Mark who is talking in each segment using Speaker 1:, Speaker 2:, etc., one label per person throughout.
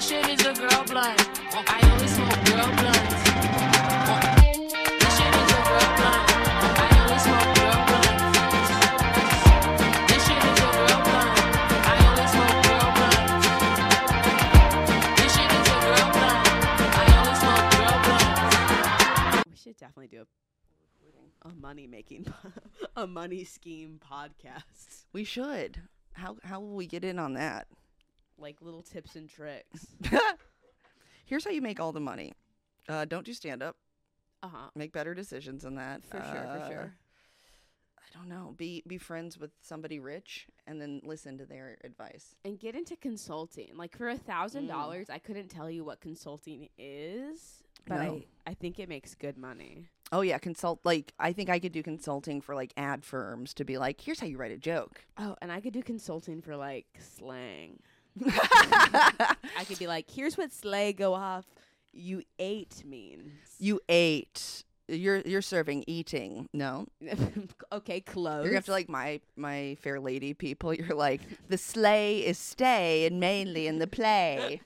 Speaker 1: shit is a girl blunt. I only smoke girl blunts. This shit is a girl blunt. I only smoke girl blunts. This shit is a girl blunt. I only smoke girl blunts. This shit is a girl blunt. I only smoke girl blunts.
Speaker 2: We should definitely do a, a money making, a money scheme podcast.
Speaker 3: We should. How how will we get in on that?
Speaker 2: Like little tips and tricks.
Speaker 3: Here's how you make all the money. Uh, don't do stand up.
Speaker 2: Uh huh.
Speaker 3: Make better decisions than that.
Speaker 2: For sure, for
Speaker 3: Uh,
Speaker 2: sure.
Speaker 3: I don't know. Be be friends with somebody rich and then listen to their advice.
Speaker 2: And get into consulting. Like for a thousand dollars, I couldn't tell you what consulting is, but
Speaker 3: No.
Speaker 2: I, I think it makes good money.
Speaker 3: Oh yeah, consult like I think I could do consulting for like ad firms to be like, here's how you write a joke.
Speaker 2: Oh, and I could do consulting for like slang. I
Speaker 3: I
Speaker 2: could be like, here's what slay go off. You ate means.
Speaker 3: you ate. You're you're serving eating. No,
Speaker 2: okay, close.
Speaker 3: you're gonna have to like my my fair lady people. You're like the sleigh is stay and mainly in the play.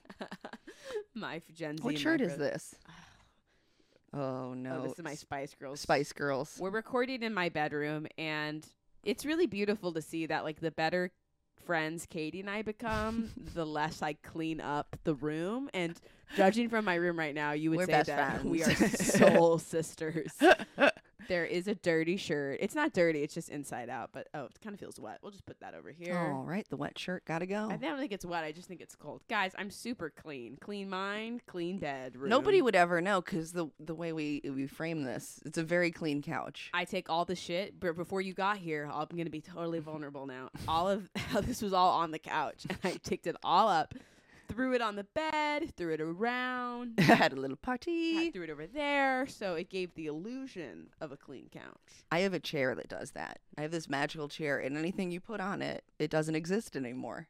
Speaker 2: my f- Gen Z.
Speaker 3: what
Speaker 2: and
Speaker 3: shirt
Speaker 2: my
Speaker 3: is
Speaker 2: bro-
Speaker 3: this? Oh no,
Speaker 2: Oh, this is my
Speaker 3: S-
Speaker 2: Spice Girls.
Speaker 3: Spice Girls.
Speaker 2: We're recording in my bedroom, and it's really beautiful to see that, like, the better friends Katie and I become, the less I clean up the room. And judging from my room right now, you would
Speaker 3: We're
Speaker 2: say
Speaker 3: best
Speaker 2: that we are
Speaker 3: friends.
Speaker 2: soul sisters. there is a dirty shirt. It's not dirty; it's just inside out. But oh, it kind of feels wet. We'll just put that over here.
Speaker 3: All right, the wet shirt gotta go.
Speaker 2: I don't think it's wet. I just think it's cold. Guys, I'm super clean. Clean mind, clean bed. Room.
Speaker 3: Nobody would ever know because the the way we we frame this, it's a very clean couch.
Speaker 2: I take all the shit, but before you got here, I'm gonna be totally
Speaker 3: Mm-hmm.
Speaker 2: vulnerable now. All of this was all on the couch, and I picked it all up, threw it on the bed, threw it around,
Speaker 3: had a little party.
Speaker 2: I threw it over there, so it gave the illusion of a clean couch.
Speaker 3: I have a chair that does that. I have this magical chair, and anything you put on it, it doesn't exist anymore.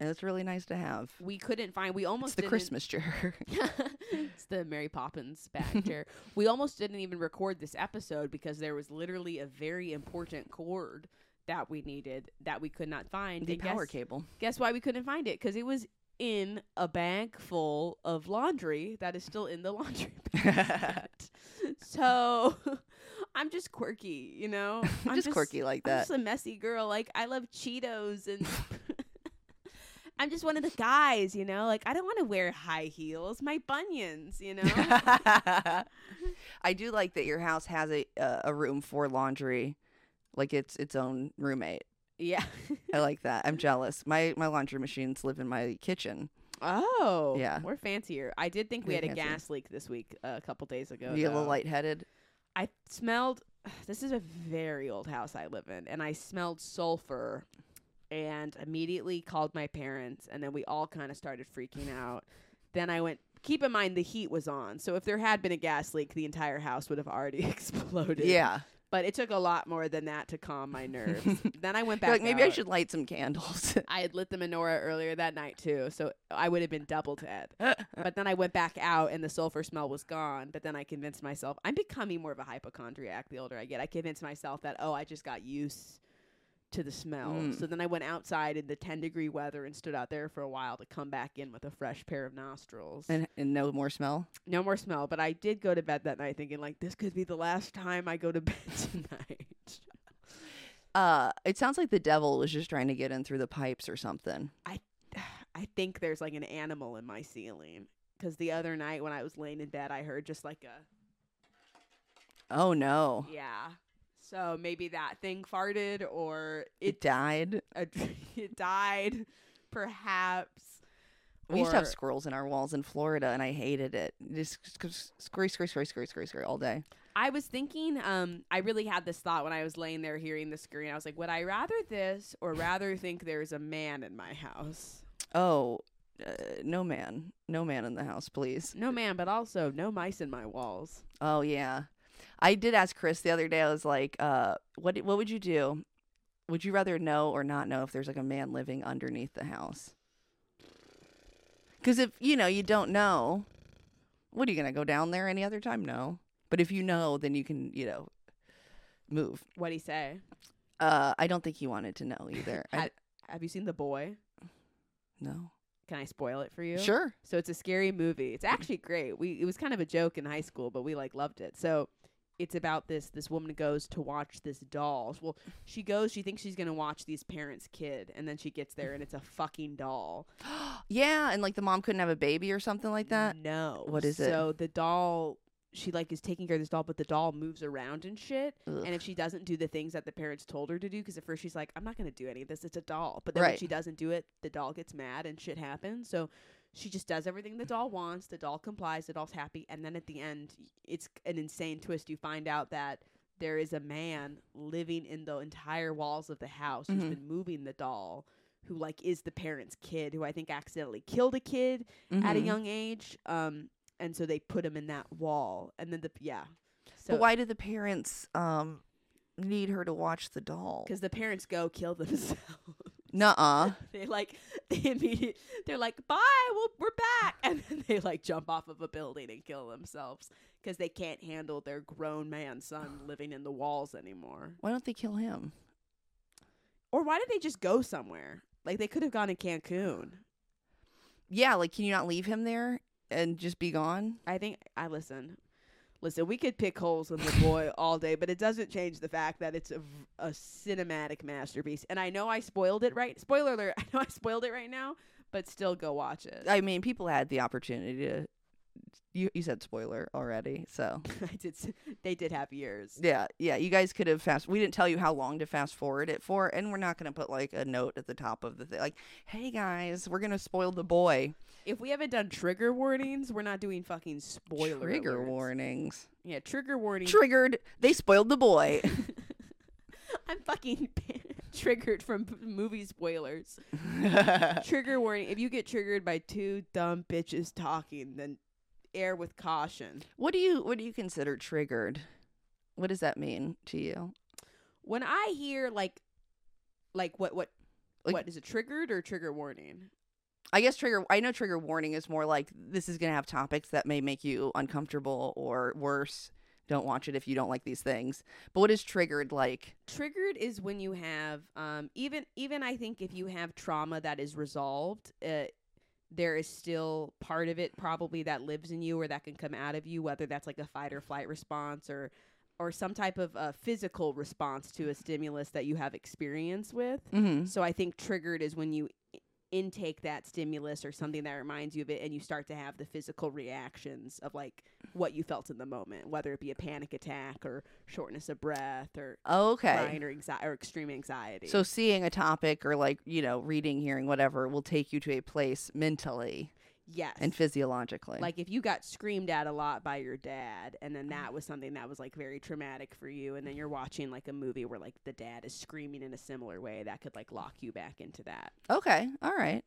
Speaker 3: And it's really nice to have.
Speaker 2: We couldn't find. We almost
Speaker 3: It's the
Speaker 2: didn't-
Speaker 3: Christmas chair.
Speaker 2: it's the Mary Poppins bag chair. we almost didn't even record this episode because there was literally a very important cord that we needed that we could not find.
Speaker 3: the
Speaker 2: And
Speaker 3: power
Speaker 2: guess,
Speaker 3: cable.
Speaker 2: Guess why we couldn't find it? Because it was in a bag full of laundry that is still in the laundry basket. so I'm just quirky, you know.
Speaker 3: I'm just, quirky like
Speaker 2: I'm
Speaker 3: that.
Speaker 2: just a messy girl. Like I love Cheetos and I'm just one of the guys, you know? Like I don't want to wear high heels, my bunions, you know?
Speaker 3: I do like that your house has a uh, a room for laundry, like it's its own roommate.
Speaker 2: yeah.
Speaker 3: I like that. I'm jealous. My my laundry machines live in my kitchen.
Speaker 2: Oh.
Speaker 3: Yeah.
Speaker 2: We're fancier. I did think we
Speaker 3: Way
Speaker 2: had a
Speaker 3: fancier.
Speaker 2: gas leak this week uh, a couple days ago.
Speaker 3: you get a
Speaker 2: though.
Speaker 3: little lightheaded.
Speaker 2: I smelled this is a very old house I live in and I smelled sulfur and immediately called my parents and then we all kind of started freaking out. Then I went keep in mind the heat was on. So if there had been a gas leak, the entire house would have already exploded.
Speaker 3: Yeah.
Speaker 2: But it took a lot more than that to calm my nerves. then I went
Speaker 3: You're
Speaker 2: back
Speaker 3: like maybe I
Speaker 2: out.
Speaker 3: should light some candles.
Speaker 2: I had lit the menorah earlier that night too, so I would have been double dead. but then I went back out, and the sulfur smell was gone. But then I convinced myself I'm becoming more of a hypochondriac the older I get. I convinced myself that oh, I just got used to the smell.
Speaker 3: Mm.
Speaker 2: So then I went outside in the 10 degree weather and stood out there for a while to come back in with a fresh pair of nostrils.
Speaker 3: and and no more smell.
Speaker 2: no more smell. But I did go to bed that night thinking like this could be the last time I go to bed tonight.
Speaker 3: Uh, it sounds like the devil was just trying to get in through the pipes or something.
Speaker 2: I think there's like an animal in my ceiling. Because the other night when I was laying in bed, I heard just like a,
Speaker 3: Oh no,
Speaker 2: yeah. So maybe that thing farted or
Speaker 3: it,
Speaker 2: it,
Speaker 3: died.
Speaker 2: a, it died, perhaps.
Speaker 3: We used to have
Speaker 2: or-
Speaker 3: squirrels in our walls in Florida, and I hated it. Just sc- sc- scurry, scurry, scurry, scurry, scurry, scurry all day.
Speaker 2: I was thinking, um, I really had this thought when I was laying there hearing the scream. I was like, would I rather this or rather think there's a man in my house?
Speaker 3: Oh, uh, no man, no man in the house, please.
Speaker 2: No man, but also no mice in my walls.
Speaker 3: Oh yeah, I did ask Chris the other day. I was like, uh, what what would you do? Would you rather know or not know if there's like a man living underneath the house? Because if you know you don't know, what are you gonna go down there any other time? No. But if you know, then you can you know move.
Speaker 2: What'd he say?
Speaker 3: Uh, I don't think he wanted to know either. I
Speaker 2: Had- Have you seen the boy?
Speaker 3: no.
Speaker 2: Can I spoil it for you?
Speaker 3: Sure.
Speaker 2: So it's a scary movie. It's actually great. We it was kind of a joke in high school, but we like loved it. So it's about this this woman goes to watch this doll. Well, she goes, she thinks she's gonna watch these parents' kid, and then she gets there and it's a fucking doll.
Speaker 3: yeah, and like the mom couldn't have a baby or something like that.
Speaker 2: No.
Speaker 3: What is
Speaker 2: so
Speaker 3: it?
Speaker 2: So the doll she like is taking care of this doll, but the doll moves around and shit.
Speaker 3: Ugh.
Speaker 2: Mm. And if she doesn't do the things that the parents told her to do, because at first she's like, I'm not going to do any of this. It's a doll. But then when
Speaker 3: Right.
Speaker 2: she doesn't do it, the doll gets mad and shit happens. So she just does everything the doll wants. The doll complies. The doll's happy. And then at the end, y- it's an insane twist. You find out that there is a man living in the entire walls of the house
Speaker 3: Mhm.
Speaker 2: who's been moving the doll. Who like is the parents' kid? Who I think accidentally killed a kid at a
Speaker 3: Mhm.
Speaker 2: young age. Um, and so they put him in that wall, and then the yeah. So
Speaker 3: But why do the parents um need her to watch the doll?
Speaker 2: Because the parents go kill themselves.
Speaker 3: Nuh-uh.
Speaker 2: they like they immediate. They're like, bye, we'll, we're back, and then they like jump off of a building and kill themselves because they can't handle their grown man son living in the walls anymore.
Speaker 3: Why don't they kill him?
Speaker 2: Or why did they just go somewhere? Like they could have gone to Cancun.
Speaker 3: Yeah, like can you not leave him there and just be gone?
Speaker 2: I think I listen. Listen, we could pick holes in the boy all day, but it doesn't change the fact that it's a, v- a cinematic masterpiece. And I know I spoiled it right. Spoiler alert! I know I spoiled it right now, but still go watch it. I,
Speaker 3: I mean, people had the opportunity to you you said spoiler already, so
Speaker 2: did. s- They did have years.
Speaker 3: yeah, yeah, you guys could have fast we didn't tell you how long to fast forward it for, and we're not gonna put like a note at the top of the thing like, hey guys, we're gonna spoil the boy.
Speaker 2: If we haven't done trigger warnings, we're not doing fucking spoiler.
Speaker 3: Trigger
Speaker 2: alerts.
Speaker 3: warnings.
Speaker 2: Yeah, trigger warning.
Speaker 3: Triggered. They spoiled the boy.
Speaker 2: I'm fucking triggered from p- movie spoilers. Trigger warning. If you get triggered by two dumb bitches talking, then air with caution.
Speaker 3: What do you what do you consider triggered? What does that mean to you?
Speaker 2: when I hear like like what what
Speaker 3: Like-
Speaker 2: what is it triggered or trigger warning?
Speaker 3: I guess trigger I know trigger warning is more like this is going to have topics that may make you uncomfortable or worse. Don't watch it if you don't like these things. But what is triggered like?
Speaker 2: Triggered is when you have um even even I think if you have trauma that is resolved, uh, there is still part of it probably that lives in you or that can come out of you whether that's like a fight or flight response or or some type of uh, physical response to a stimulus that you have experience with.
Speaker 3: Mhm.
Speaker 2: So I think triggered is when you i- intake that stimulus or something that reminds you of it and you start to have the physical reactions of like what you felt in the moment, whether it be a panic attack or shortness of breath or
Speaker 3: Okay.
Speaker 2: crying or anxiety or extreme anxiety.
Speaker 3: So seeing a topic or like, you know, reading, hearing whatever will take you to a place mentally
Speaker 2: yes.
Speaker 3: and physiologically.
Speaker 2: like if you got screamed at a lot by your dad and then that was something that was like very traumatic for you and then you're watching like a movie where like the dad is screaming in a similar way that could like lock you back into that.
Speaker 3: Okay. All right.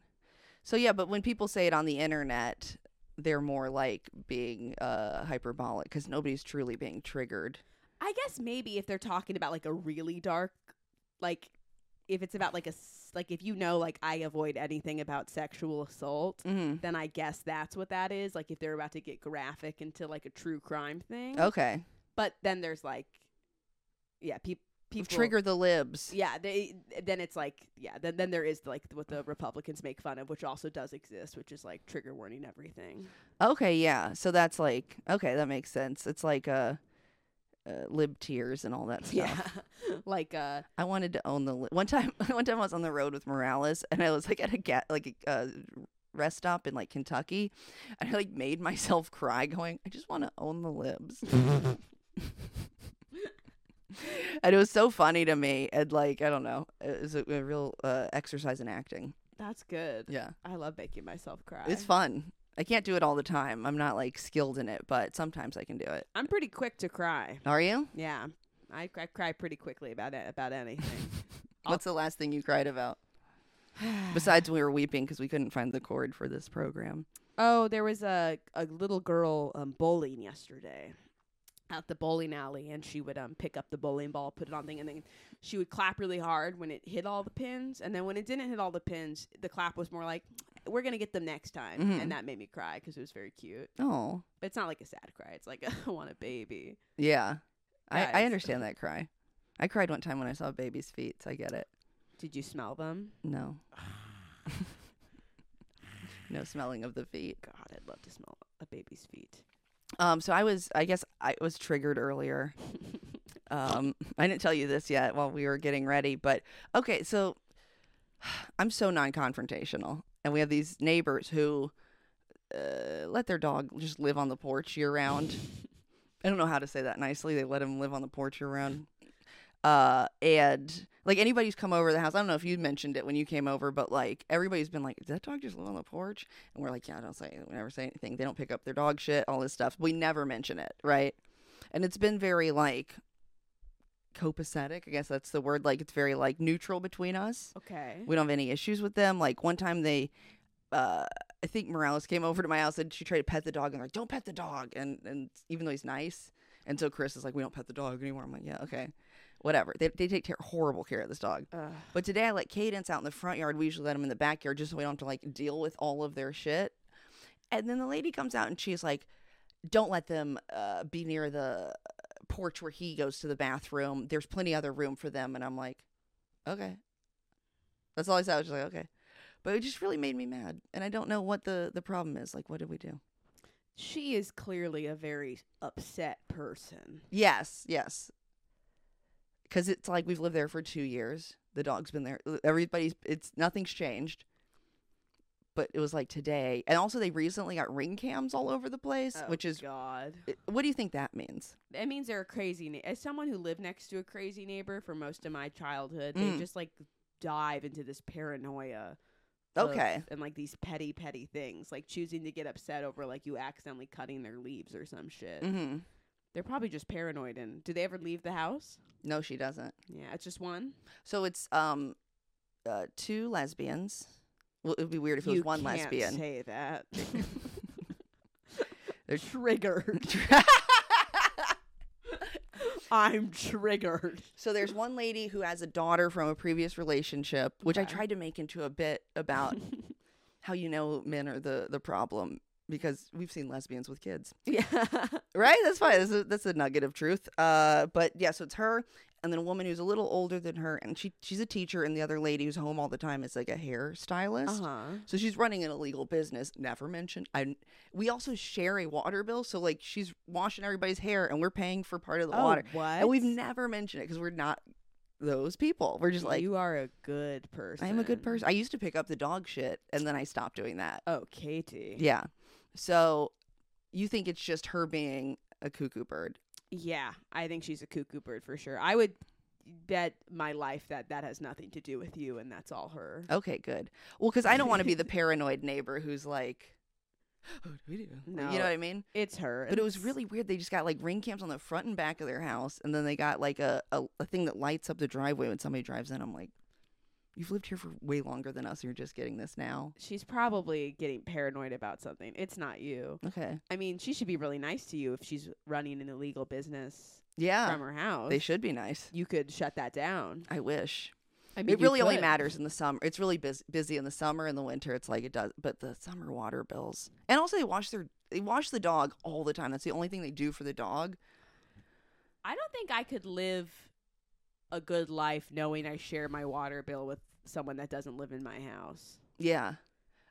Speaker 3: So yeah, but when people say it on the internet, they're more like being uh hyperbolic cuz nobody's truly being triggered.
Speaker 2: I guess maybe if they're talking about like a really dark, like if it's about like a s- like if you know like I avoid anything about sexual assault,
Speaker 3: Mhm.
Speaker 2: then I guess that's what that is. Like if they're about to get graphic into like a true crime thing,
Speaker 3: Okay.
Speaker 2: but then there's like, yeah, peop people
Speaker 3: Trigger the libs.
Speaker 2: Yeah, they then it's like yeah, then then there is like what the Republicans make fun of, which also does exist, which is like trigger warning everything.
Speaker 3: Okay, yeah. So that's like okay, that makes sense. It's like uh, uh lib tears and all that stuff.
Speaker 2: Yeah, like uh,
Speaker 3: I wanted to own the li- one time. One time I was on the road with Morales, and I was like at a ga- like a uh, rest stop in like Kentucky, and I like made myself cry, going, "I just want to own the libs." and it was so funny to me, and like I don't know, it was a, a real uh, exercise in acting.
Speaker 2: that's good.
Speaker 3: Yeah,
Speaker 2: I love making myself cry.
Speaker 3: it's fun. I can't do it all the time. I'm not like skilled in it, but sometimes I can do it.
Speaker 2: I'm pretty quick to cry.
Speaker 3: Are you?
Speaker 2: Yeah, I, I cry pretty quickly about it, about anything.
Speaker 3: What's the last thing you cried about? Besides, we were weeping because we couldn't find the cord for this program.
Speaker 2: oh, there was a a little girl um, bowling yesterday out the bowling alley, and she would um pick up the bowling ball, put it on thing, and then she would clap really hard when it hit all the pins, and then when it didn't hit all the pins, the clap was more like. We're gonna get them next time,
Speaker 3: Mhm.
Speaker 2: and that made me cry because it was very cute.
Speaker 3: Oh,
Speaker 2: But it's not like a sad cry; it's like I want a baby.
Speaker 3: yeah. I, I
Speaker 2: Guys.
Speaker 3: understand that cry. I cried one time when I saw a baby's feet, so I get it.
Speaker 2: Did you smell them?
Speaker 3: No. No smelling of the feet.
Speaker 2: God, I'd love to smell a baby's feet.
Speaker 3: Um, so I was, I guess, I was triggered earlier. um, I didn't tell you this yet while we were getting ready, but okay, so I'm so non-confrontational, and we have these neighbors who uh, let their dog just live on the porch year round. I don't know how to say that nicely. They let him live on the porch year round. Uh, and like anybody's come over the house, I don't know if you mentioned it when you came over, but like everybody's been like, "Does that dog just live on the porch?" And we're like, yeah, don't say, we never say anything. They don't pick up their dog shit, all this stuff. We never mention it, right? And it's been very like copacetic. I guess that's the word. Like it's very like neutral between us.
Speaker 2: Okay.
Speaker 3: We don't have any issues with them. Like one time they, uh, I think Morales came over to my house and she tried to pet the dog and like, don't pet the dog. And and even though he's nice, and so Chris is like, we don't pet the dog anymore. I'm like, yeah, okay, whatever. They they take ter- horrible care of this dog.
Speaker 2: Ugh.
Speaker 3: But today I let Cadence out in the front yard. We usually let him in the backyard just so we don't have to like deal with all of their shit. And then the lady comes out and she's like, "Don't let them uh, be near the uh, porch where he goes to the bathroom. There's plenty other room for them." And I'm like, "Okay." That's all I said. I was just like, "Okay," but it just really made me mad, and I don't know what the the problem is. Like, what did we do?
Speaker 2: She is clearly a very upset person.
Speaker 3: Yes, yes. Because it's like we've lived there for two years. The dog's been there. Everybody's. It's nothing's changed. But it was like today, and also they recently got ring cams all over the place,
Speaker 2: Oh,
Speaker 3: which is.
Speaker 2: God.
Speaker 3: it- What do you think that means?
Speaker 2: That means they're a crazy. Na- As someone who lived next to a crazy neighbor for most of my childhood,
Speaker 3: Mm.
Speaker 2: they just like dive into this paranoia. of-
Speaker 3: Okay.
Speaker 2: and like these petty, petty things, like choosing to get upset over like you accidentally cutting their leaves or some shit.
Speaker 3: Mm-hmm.
Speaker 2: They're probably just paranoid. And do they ever leave the house?
Speaker 3: No, she doesn't.
Speaker 2: Yeah, it's just one.
Speaker 3: So it's um, uh, two lesbians. Well, it would be weird if it was
Speaker 2: you
Speaker 3: one
Speaker 2: can't
Speaker 3: lesbian.
Speaker 2: Say that.
Speaker 3: They're-
Speaker 2: triggered. I'm triggered.
Speaker 3: So there's one lady who has a daughter from a previous relationship, which I
Speaker 2: Okay.
Speaker 3: tried to make into a bit about how you know men are the the problem because we've seen lesbians with kids,
Speaker 2: yeah.
Speaker 3: right? That's fine. That's a, that's a nugget of truth. Uh, but yeah, so it's her and then a woman who's a little older than her, and she she's a teacher, and the other lady who's home all the time is like a hairstylist.
Speaker 2: Uh huh.
Speaker 3: So she's running an illegal business. Never mentioned. I we also share a water bill, so like she's washing everybody's hair, and we're paying for part of the water.
Speaker 2: Oh, What?
Speaker 3: And we've never mentioned it because we're not those people. We're just like,
Speaker 2: you are a good person.
Speaker 3: I am a good person. I used to pick up the dog shit and then I stopped doing that.
Speaker 2: Oh, Katie.
Speaker 3: Yeah. So you think it's just her being a cuckoo bird.
Speaker 2: Yeah, I think she's a cuckoo bird for sure. I would bet my life that that has nothing to do with you, and that's all her.
Speaker 3: Okay, good. Well, because I don't want to be the paranoid neighbor who's like, oh, what do we do? Like, You
Speaker 2: No.
Speaker 3: know what I mean?
Speaker 2: It's her.
Speaker 3: But it was
Speaker 2: It's-
Speaker 3: really weird. They just got like ring cams on the front and back of their house. And then they got like a, a, a thing that lights up the driveway when somebody drives in. I'm like, you've lived here for way longer than us. and You're just getting this now.
Speaker 2: She's probably getting paranoid about something. It's not you.
Speaker 3: Okay.
Speaker 2: I mean, she should be really nice to you if she's running an illegal business
Speaker 3: Yeah.
Speaker 2: from her house.
Speaker 3: Oh, They should be nice.
Speaker 2: You could shut that down.
Speaker 3: I wish.
Speaker 2: I mean,
Speaker 3: It
Speaker 2: you
Speaker 3: really only
Speaker 2: could.
Speaker 3: matters in the summer. It's really bus- busy in the summer. In the winter, it's like it does. But the summer water bills, and also they wash their they wash the dog all the time. That's the only thing they do for the dog.
Speaker 2: I don't think I could live a good life knowing I share my water bill with someone that doesn't live in my house.
Speaker 3: Yeah,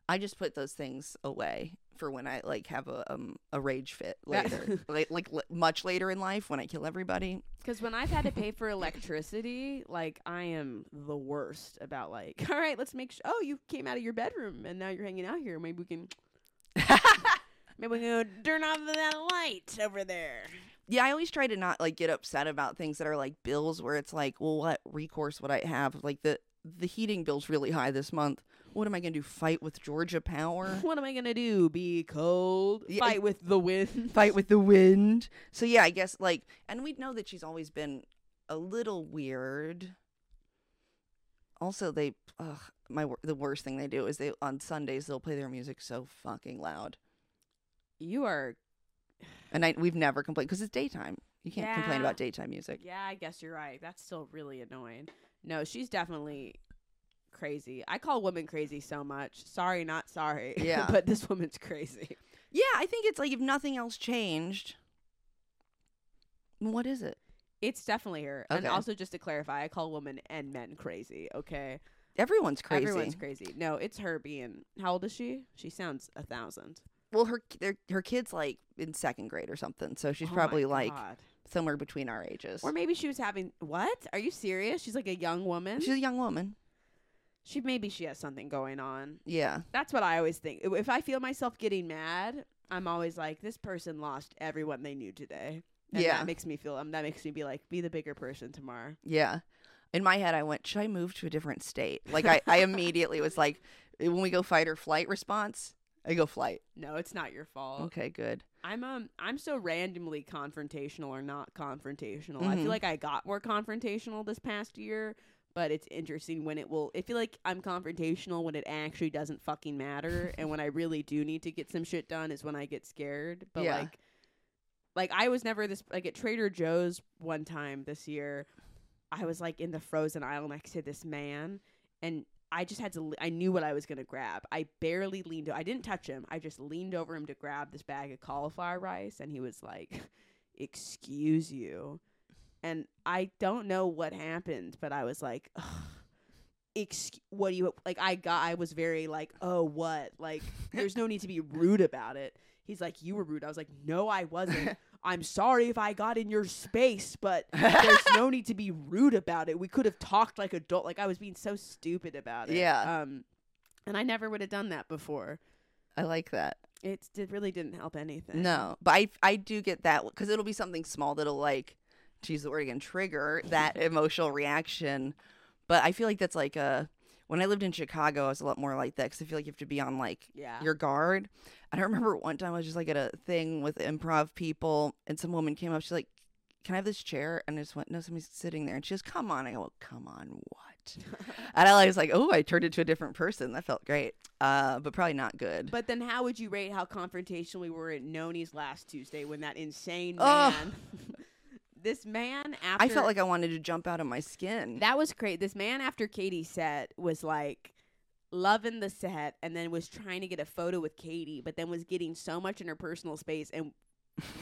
Speaker 3: I just put those things away for when I like have a um a rage fit
Speaker 2: That-
Speaker 3: later, like, like l- much later in life when I kill everybody.
Speaker 2: Because when I've had to pay for electricity, like I am the worst about like, all right, let's make sure. Oh, you came out of your bedroom and now you're hanging out here. Maybe we can, maybe we can go turn off that light over there.
Speaker 3: yeah, I always try to not like get upset about things that are like bills where it's like, well, what recourse would I have? Like the the heating bill's really high this month. What am I gonna do? Fight with Georgia Power?
Speaker 2: What am I gonna do? Be cold?
Speaker 3: Yeah,
Speaker 2: Fight with the wind?
Speaker 3: Fight with the wind? So yeah, I guess like, and we know that she's always been a little weird. Also, they ugh, my wor- the worst thing they do is they on Sundays they'll play their music so fucking loud,
Speaker 2: You are.
Speaker 3: and I we've never complained because it's daytime. You can't complain
Speaker 2: Yeah.
Speaker 3: about daytime music.
Speaker 2: Yeah, I guess you're right. That's still really annoying. No, she's definitely crazy. I call women crazy so much. Sorry, not sorry.
Speaker 3: Yeah.
Speaker 2: but this woman's crazy.
Speaker 3: Yeah, I think it's like if nothing else changed, what is it?
Speaker 2: It's definitely her. And
Speaker 3: Okay.
Speaker 2: also, just to clarify, I call women and men crazy. Okay,
Speaker 3: Everyone's crazy.
Speaker 2: Everyone's crazy. No, it's her being. How old is she? She sounds a thousand.
Speaker 3: Well, her their, her kid's like in second grade or something, so she's
Speaker 2: Oh my
Speaker 3: probably like
Speaker 2: God.
Speaker 3: somewhere between our ages.
Speaker 2: Or maybe she was having. What? Are you serious? She's like a young woman.
Speaker 3: She's a young woman.
Speaker 2: she maybe she has something going on.
Speaker 3: Yeah.
Speaker 2: That's what I always think. If I feel myself getting mad, I'm always like, this person lost everyone they knew today. And
Speaker 3: Yeah.
Speaker 2: That makes me feel. Um, that makes me be like, be the bigger person tomorrow.
Speaker 3: Yeah. In my head, I went, should I move to a different state? Like, I, I immediately was like, when we go fight or flight response, I go flight.
Speaker 2: No, it's not your fault.
Speaker 3: Okay, good.
Speaker 2: I'm um I'm so randomly confrontational or not confrontational. I
Speaker 3: Mhm.
Speaker 2: feel like I got more confrontational this past year, but it's interesting when it will. I feel like I'm confrontational when it actually doesn't fucking matter, and when I really do need to get some shit done is when I get scared. But
Speaker 3: Yeah.
Speaker 2: like, like I was never this like at Trader Joe's one time this year. I was like in the frozen aisle next to this man, and I just had to. le- I knew what I was gonna grab. I barely leaned. I didn't touch him. I just leaned over him to grab this bag of cauliflower rice, and he was like, "Excuse you," and I don't know what happened, but I was like, Ugh, "Excuse, what do you like?" I got. I was very like, "Oh, what?" Like, there's no need to be rude about it. He's like, "You were rude." I was like, "No, I wasn't." I'm sorry if I got in your space, but there's no need to be rude about it. We could have talked like adult. Like I was being so stupid about it.
Speaker 3: Yeah.
Speaker 2: Um, and I never would have done that before.
Speaker 3: I like that.
Speaker 2: It did, really didn't help anything.
Speaker 3: No, but I, I do get that because it'll be something small that'll like, to use the word again, trigger that emotional reaction. But I feel like that's like a, when I lived in Chicago, I was a lot more like that because I feel like you have to be on like
Speaker 2: Yeah.
Speaker 3: your guard. And I remember one time I was just like at a thing with improv people, and some woman came up. She's like, "Can I have this chair?" And I just went, "No, somebody's sitting there." And she goes, "Come on!" I go, "Come on, what?" and I was like, "Oh, I turned into a different person. That felt great, uh, but probably not good."
Speaker 2: But then, how would you rate how confrontational we were at Noni's last Tuesday when that insane
Speaker 3: Ugh.
Speaker 2: man, this man after
Speaker 3: I felt like I wanted to jump out of my skin.
Speaker 2: that was great. This man after Katie's set was like loving the set, and then was trying to get a photo with Katie, but then was getting so much in her personal space, and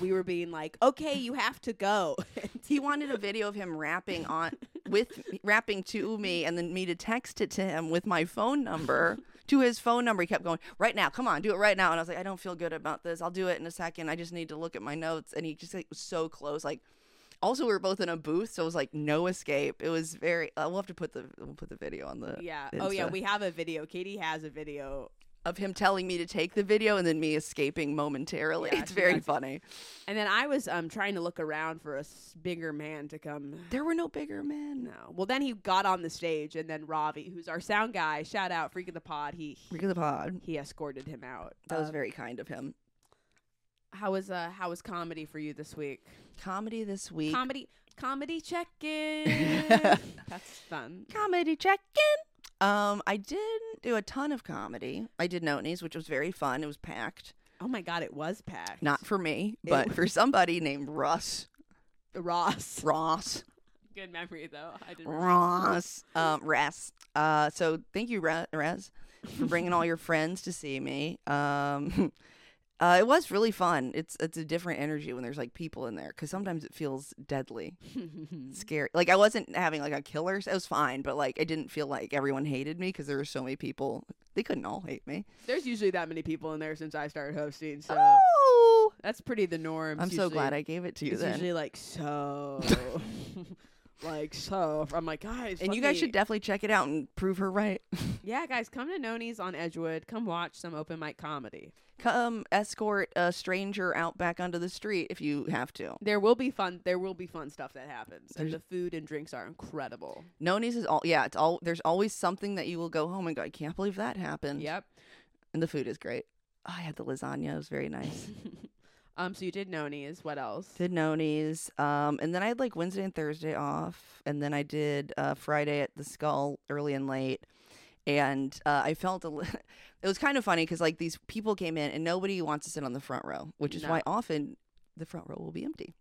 Speaker 2: we were being like, "Okay, you have to go."
Speaker 3: he wanted a video of him rapping on with rapping to me and then me to text it to him with my phone number to his phone number he kept going right now come on do it right now and i was like i don't feel good about this i'll do it in a second i just need to look at my notes and he just like was so close like also we were both in a booth so it was like no escape it was very uh, we'll have to put the we'll put the video on the
Speaker 2: yeah. Oh yeah,
Speaker 3: Insta.
Speaker 2: we have a video. Katie has a video
Speaker 3: of him telling me to take the video and then me escaping momentarily
Speaker 2: Yeah,
Speaker 3: it's
Speaker 2: she
Speaker 3: very
Speaker 2: has-
Speaker 3: funny
Speaker 2: And then I was um trying to look around for a s- bigger man to come.
Speaker 3: there were no bigger men
Speaker 2: No. Well, then he got on the stage, and then Ravi, who's our sound guy, shout out Freak of the Pod, he
Speaker 3: Freak of the pod
Speaker 2: he escorted him out.
Speaker 3: that was
Speaker 2: Uh,
Speaker 3: very kind of him
Speaker 2: how was uh how was comedy for you this week?
Speaker 3: comedy this week
Speaker 2: Comedy comedy check in. That's fun.
Speaker 3: comedy check-in. Um, I didn't do a ton of comedy. I did Nonies, which was very fun. It was packed.
Speaker 2: Oh my god, it was packed.
Speaker 3: Not for me, but
Speaker 2: was-
Speaker 3: for somebody named Russ.
Speaker 2: Ross.
Speaker 3: Ross.
Speaker 2: Good memory though. I didn't.
Speaker 3: Ross. Um, Russ. Uh, so thank you, Ra- Russ, for bringing all your friends to see me. Um, uh, it was really fun. It's it's a different energy when there's like people in there because sometimes it feels deadly, scary. Like I wasn't having like a killer. So it was fine, but like I didn't feel like everyone hated me because there were so many people. They couldn't all hate me.
Speaker 2: There's usually that many people in there since I started hosting, so
Speaker 3: Oh,
Speaker 2: that's pretty the norm.
Speaker 3: I'm
Speaker 2: It's
Speaker 3: so
Speaker 2: usually-
Speaker 3: glad I gave it to you
Speaker 2: It's
Speaker 3: then.
Speaker 2: usually like so, like so. I'm like guys,
Speaker 3: And
Speaker 2: let
Speaker 3: you guys should
Speaker 2: me-"
Speaker 3: definitely check it out and prove her right.
Speaker 2: yeah, guys, come to Noni's on Edgewood. Come watch some open mic comedy.
Speaker 3: Come escort a stranger out back onto the street if you have to.
Speaker 2: There will be fun. There will be fun stuff that happens, and
Speaker 3: There's-
Speaker 2: the food and drinks are incredible.
Speaker 3: Nonies is all yeah. It's all there's always something that you will go home and go. I can't believe that happened.
Speaker 2: Yep.
Speaker 3: And the food is great. Oh, I had the lasagna. It was very nice.
Speaker 2: um. So you did Noni's. What else?
Speaker 3: did Nonies. Um, and then I had like Wednesday and Thursday off, and then I did uh, Friday at the Skull early and late. And uh, I felt a li- it was kind of funny because like these people came in and nobody wants to sit on the front row, which is
Speaker 2: No.
Speaker 3: why often the front row will be empty.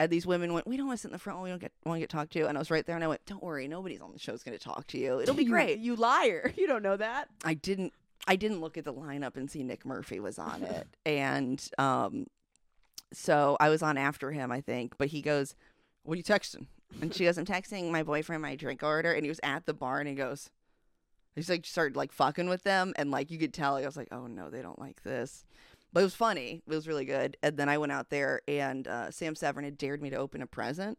Speaker 3: And these women went, "We don't want to sit in the front. row. We don't get want to get talked to." And I was right there, and I went, "Don't worry, nobody's on the show's going to talk to you. It'll be
Speaker 2: You-
Speaker 3: great."
Speaker 2: You liar. You don't know that.
Speaker 3: I didn't I didn't look at the lineup and see Nick Murphy was on it. and um so I was on after him, I think, but he goes, What are you texting? And she goes, I'm texting my boyfriend my drink order and he was at the bar and he goes, I just like started like fucking with them, and like you could tell, like, I was like, oh no, they don't like this. But it was funny. It was really good. And then I went out there, and uh, Sam Severn had dared me to open a present,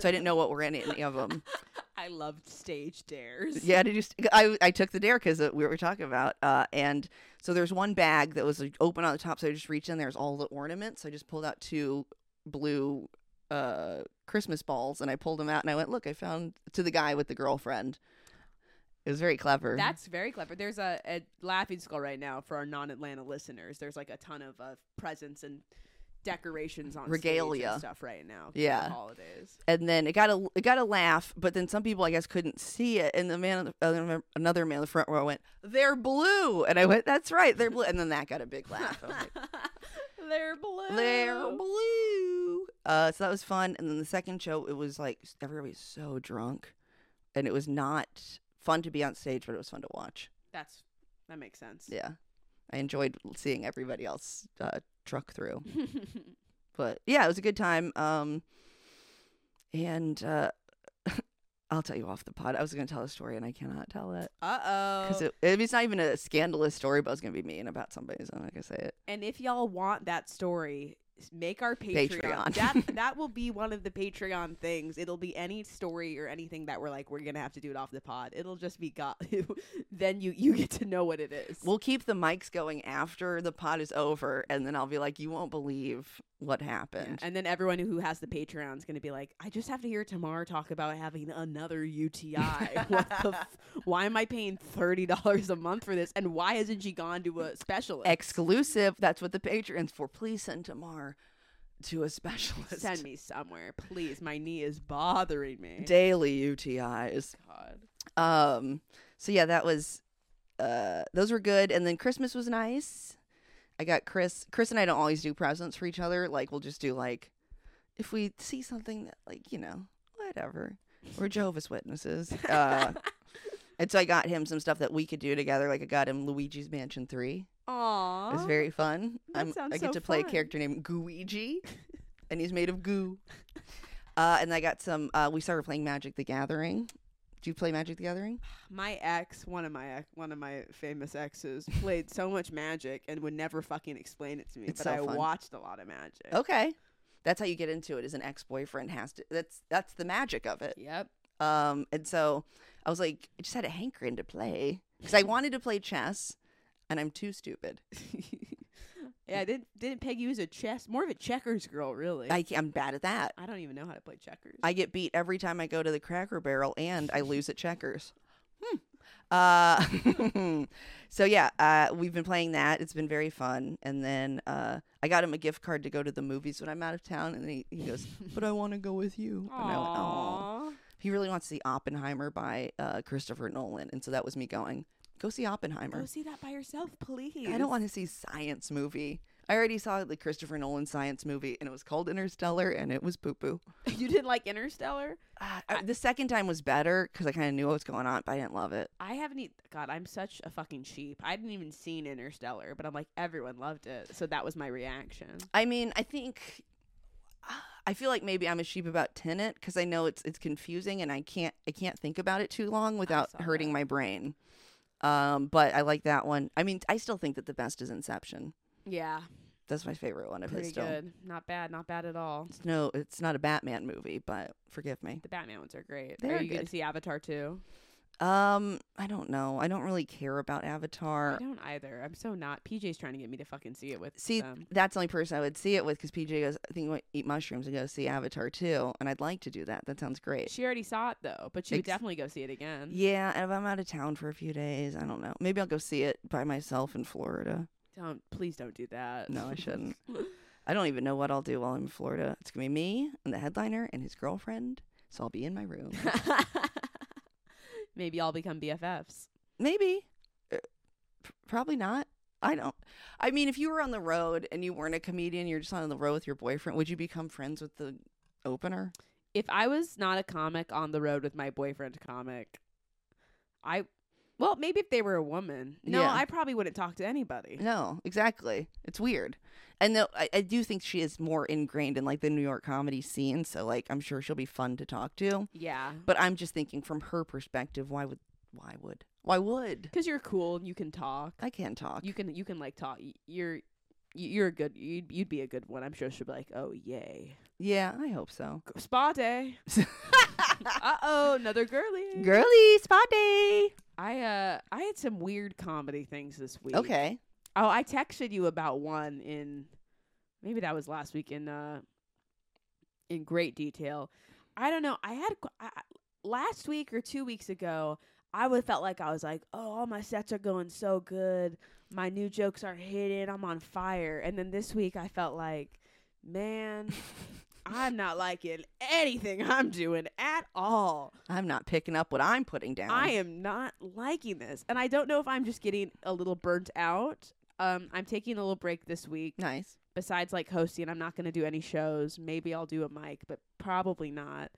Speaker 3: so I didn't know what were in any of them.
Speaker 2: I loved stage dares.
Speaker 3: Yeah, did you? St- I I took the dare because we were talking about, uh, and so there's one bag that was like, open on the top, so I just reached in. There's all the ornaments. So I just pulled out two blue uh Christmas balls, and I pulled them out, and I went, "Look, I found to the guy with the girlfriend." It was very clever.
Speaker 2: That's very clever. There's a, a laughing skull right now for our non-Atlanta listeners. There's like a ton of uh, presents and decorations on stage and
Speaker 3: Regalia.
Speaker 2: stuff right now. for
Speaker 3: Yeah.
Speaker 2: the holidays.
Speaker 3: and then it got a it got a laugh, but then some people I guess couldn't see it, and the man on the, other- another man in the front row went, "They're blue," and I went, "That's right, they're blue," and then that got a big laugh.
Speaker 2: Oh
Speaker 3: I was like,
Speaker 2: They're blue.
Speaker 3: They're
Speaker 2: Oh.
Speaker 3: blue. Uh, so that was fun. And then the second show, it was like s- everybody was so drunk, and it was not fun to be on stage, but it was fun to watch.
Speaker 2: That's that makes sense.
Speaker 3: Yeah, I enjoyed l- seeing everybody else uh, truck through. But yeah, it was a good time. Um, and uh, I'll tell you off the pod. I was going to tell a story, and I cannot tell it
Speaker 2: uh oh.
Speaker 3: because it, it's not even a scandalous story, but I was going to be mean about somebody, so I'm not going to say it.
Speaker 2: And if y'all want that story, s- make our Patreon.
Speaker 3: Patreon.
Speaker 2: that that will be one of the Patreon things. It'll be any story or anything that we're like we're gonna have to do it off the pod. It'll just be got. then you you get to know what it is.
Speaker 3: We'll keep the mics going after the pod is over, and then I'll be like, "You won't believe what
Speaker 2: Yeah,
Speaker 3: happened."
Speaker 2: And then everyone who has the Patreon is going to be like, I just have to hear Tamar talk about having another UTI. what the f- why am I paying $30 a month for this? And why hasn't she gone to a specialist?
Speaker 3: Exclusive. That's what the patrons for. Please send Tamar to a specialist.
Speaker 2: Send me somewhere, please. My knee is bothering me.
Speaker 3: daily UTIs.
Speaker 2: God.
Speaker 3: Um. So yeah, that was. Uh, those were good, and then Christmas was nice. I got Chris. Chris and I don't always do presents for each other. Like we'll just do like, if we see something that like you know whatever. We're Jehovah's Witnesses. Uh, and so I got him some stuff that we could do together. Like I got him Luigi's Mansion Three.
Speaker 2: Aww.
Speaker 3: It was very fun.
Speaker 2: Oh, That sounds
Speaker 3: I get
Speaker 2: so
Speaker 3: to play a
Speaker 2: fun.
Speaker 3: character named Gooigi, and he's made of goo. Uh, and I got some. Uh, we started playing Magic the Gathering. Do you play Magic the Gathering?
Speaker 2: my ex, one of my ex, one of my famous exes, played so much magic and would never fucking explain it to me.
Speaker 3: It's
Speaker 2: but
Speaker 3: so
Speaker 2: I
Speaker 3: fun. Oh.
Speaker 2: watched a lot of magic.
Speaker 3: Okay, that's how you get into it. Is an ex boyfriend has to. That's that's the magic of it.
Speaker 2: Yep.
Speaker 3: Um, and so I was like, I just had a hankering to play because I wanted to play chess, and I'm too stupid.
Speaker 2: yeah, didn't didn't Peggy was a chess more of a checkers girl, really.
Speaker 3: I, ca- I'm bad at that.
Speaker 2: I don't even know how to play checkers.
Speaker 3: I get beat every time I go to the Cracker Barrel, and I lose at checkers. Hmm. Uh, so yeah, uh, we've been playing that. It's been very fun. And then uh, I got him a gift card to go to the movies when I'm out of town, and he, he goes, "But I want to go with you." And I went, "Aw." He really wants to see Oppenheimer by uh, Christopher Nolan, and so that was me going, "Go see Oppenheimer."
Speaker 2: Go see that by yourself, please.
Speaker 3: I don't want to see science movie. I already saw the Christopher Nolan science movie, and it was called Interstellar, and it was poo poo.
Speaker 2: you didn't like Interstellar?
Speaker 3: Uh, I- the second time was better because I kind of knew what was going on, but I didn't love it.
Speaker 2: I haven't. E- God, I'm such a fucking sheep. I hadn't even seen Interstellar, but I'm like everyone loved it, so that was my reaction.
Speaker 3: I mean, I think I feel like maybe I'm a sheep about Tenet because I know it's it's confusing and I can't I can't think about it too long without
Speaker 2: saw
Speaker 3: hurting my brain. Um, but I like that one. I mean, I still think that the best is Inception.
Speaker 2: Yeah,
Speaker 3: That's my favorite one of
Speaker 2: pretty
Speaker 3: his. Still,
Speaker 2: good. Not bad. Not bad at all.
Speaker 3: it's no, it's not a Batman movie, but forgive me.
Speaker 2: The Batman ones are great.
Speaker 3: They
Speaker 2: are,
Speaker 3: are
Speaker 2: you gonna
Speaker 3: good.
Speaker 2: see Avatar too?
Speaker 3: Um, I don't know. I don't really care about Avatar.
Speaker 2: I don't either. I'm so not. PJ's trying to get me to fucking see it with
Speaker 3: See,
Speaker 2: them.
Speaker 3: that's the only person I would see it with because PJ goes, I think I want to eat mushrooms and go see Avatar too. And I'd like to do that. That sounds great.
Speaker 2: She already saw it though, but she would
Speaker 3: Ex-
Speaker 2: definitely go see it again.
Speaker 3: Yeah, and if I'm out of town for a few days, I don't know. Maybe I'll go see it by myself in Florida.
Speaker 2: Don't please don't do that.
Speaker 3: No, I shouldn't. I don't even know what I'll do while I'm in Florida. It's going to be me and the headliner and his girlfriend. So I'll be in my room.
Speaker 2: Maybe I'll become BFFs.
Speaker 3: Maybe. Uh, p- Probably not. I don't. I mean, if you were on the road and you weren't a comedian, you're just on the road with your boyfriend, would you become friends with the opener?
Speaker 2: If I was not a comic on the road with my boyfriend comic, I well, maybe if they were a woman. No,
Speaker 3: Yeah.
Speaker 2: I probably wouldn't talk to anybody.
Speaker 3: No, exactly. It's weird. And though I, I do think she is more ingrained in like the New York comedy scene, so like I'm sure she'll be fun to talk to.
Speaker 2: Yeah.
Speaker 3: But I'm just thinking from her perspective, why would why would Why would
Speaker 2: because you're cool and you can talk.
Speaker 3: I can't talk?
Speaker 2: You can you can like talk. Y- You're y- you're a good. You'd you'd be a good one. I'm sure she'll be like, oh yay,
Speaker 3: yeah, I hope so.
Speaker 2: G- spa day. uh oh, another girly.
Speaker 3: Girly spa day.
Speaker 2: I uh I had some weird comedy things this week.
Speaker 3: Okay.
Speaker 2: Oh, I texted you about one in maybe that was last week in uh in great detail. I don't know. I had qu- I, I- last week or 2 weeks ago, I would felt like I was like, "Oh, all my sets are going so good. My new jokes are hitting. I'm on fire." And then this week I felt like, "Man, I'm not liking anything I'm doing at all."
Speaker 3: I'm not picking up what I'm putting down.
Speaker 2: I am not liking this. And I don't know if I'm just getting a little burnt out. Um, I'm taking a little break this week.
Speaker 3: nice.
Speaker 2: Besides, like hosting, I'm not going to do any shows. Maybe I'll do a mic, but probably not.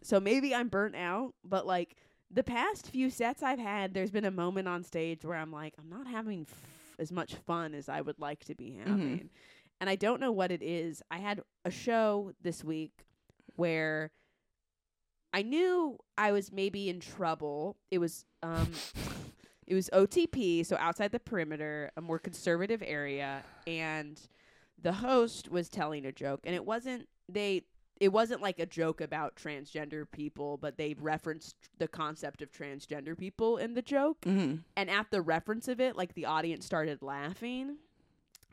Speaker 2: So maybe I'm burnt out. But like the past few sets I've had, there's been a moment on stage where I'm like, I'm not having f- as much fun as I would like to be having. And I don't know what it is. I had a show this week where I knew I was maybe in trouble. It was um it was OTP, so outside the perimeter, a more conservative area, and the host was telling a joke and it wasn't they it wasn't like a joke about transgender people, but they referenced the concept of transgender people in the joke
Speaker 3: Mm-hmm.
Speaker 2: and at the reference of it like the audience started laughing.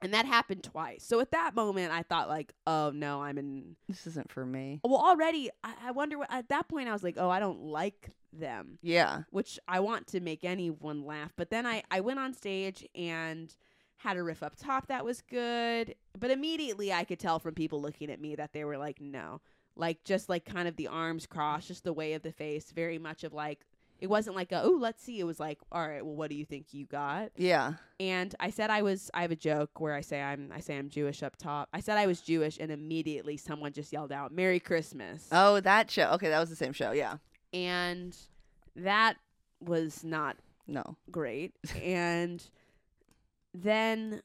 Speaker 2: And that happened twice. So at that moment I thought like, oh no, I'm in
Speaker 3: This isn't for me.
Speaker 2: well already I, I wonder what at that point i was like oh i don't like them
Speaker 3: Yeah.
Speaker 2: which i want to make anyone laugh but then i i went on stage and had a riff up top that was good but immediately i could tell from people looking at me that they were like no like just like kind of the arms crossed just the way of the face very much of like it wasn't like a oh let's see it was like all right well what do you think you got
Speaker 3: Yeah.
Speaker 2: and I said I was I have a joke where I say I'm I say I'm Jewish up top. I said I was Jewish and immediately someone just yelled out Merry Christmas.
Speaker 3: Oh, that show. Okay, that was the same show. Yeah.
Speaker 2: And that was not
Speaker 3: No.
Speaker 2: great. and then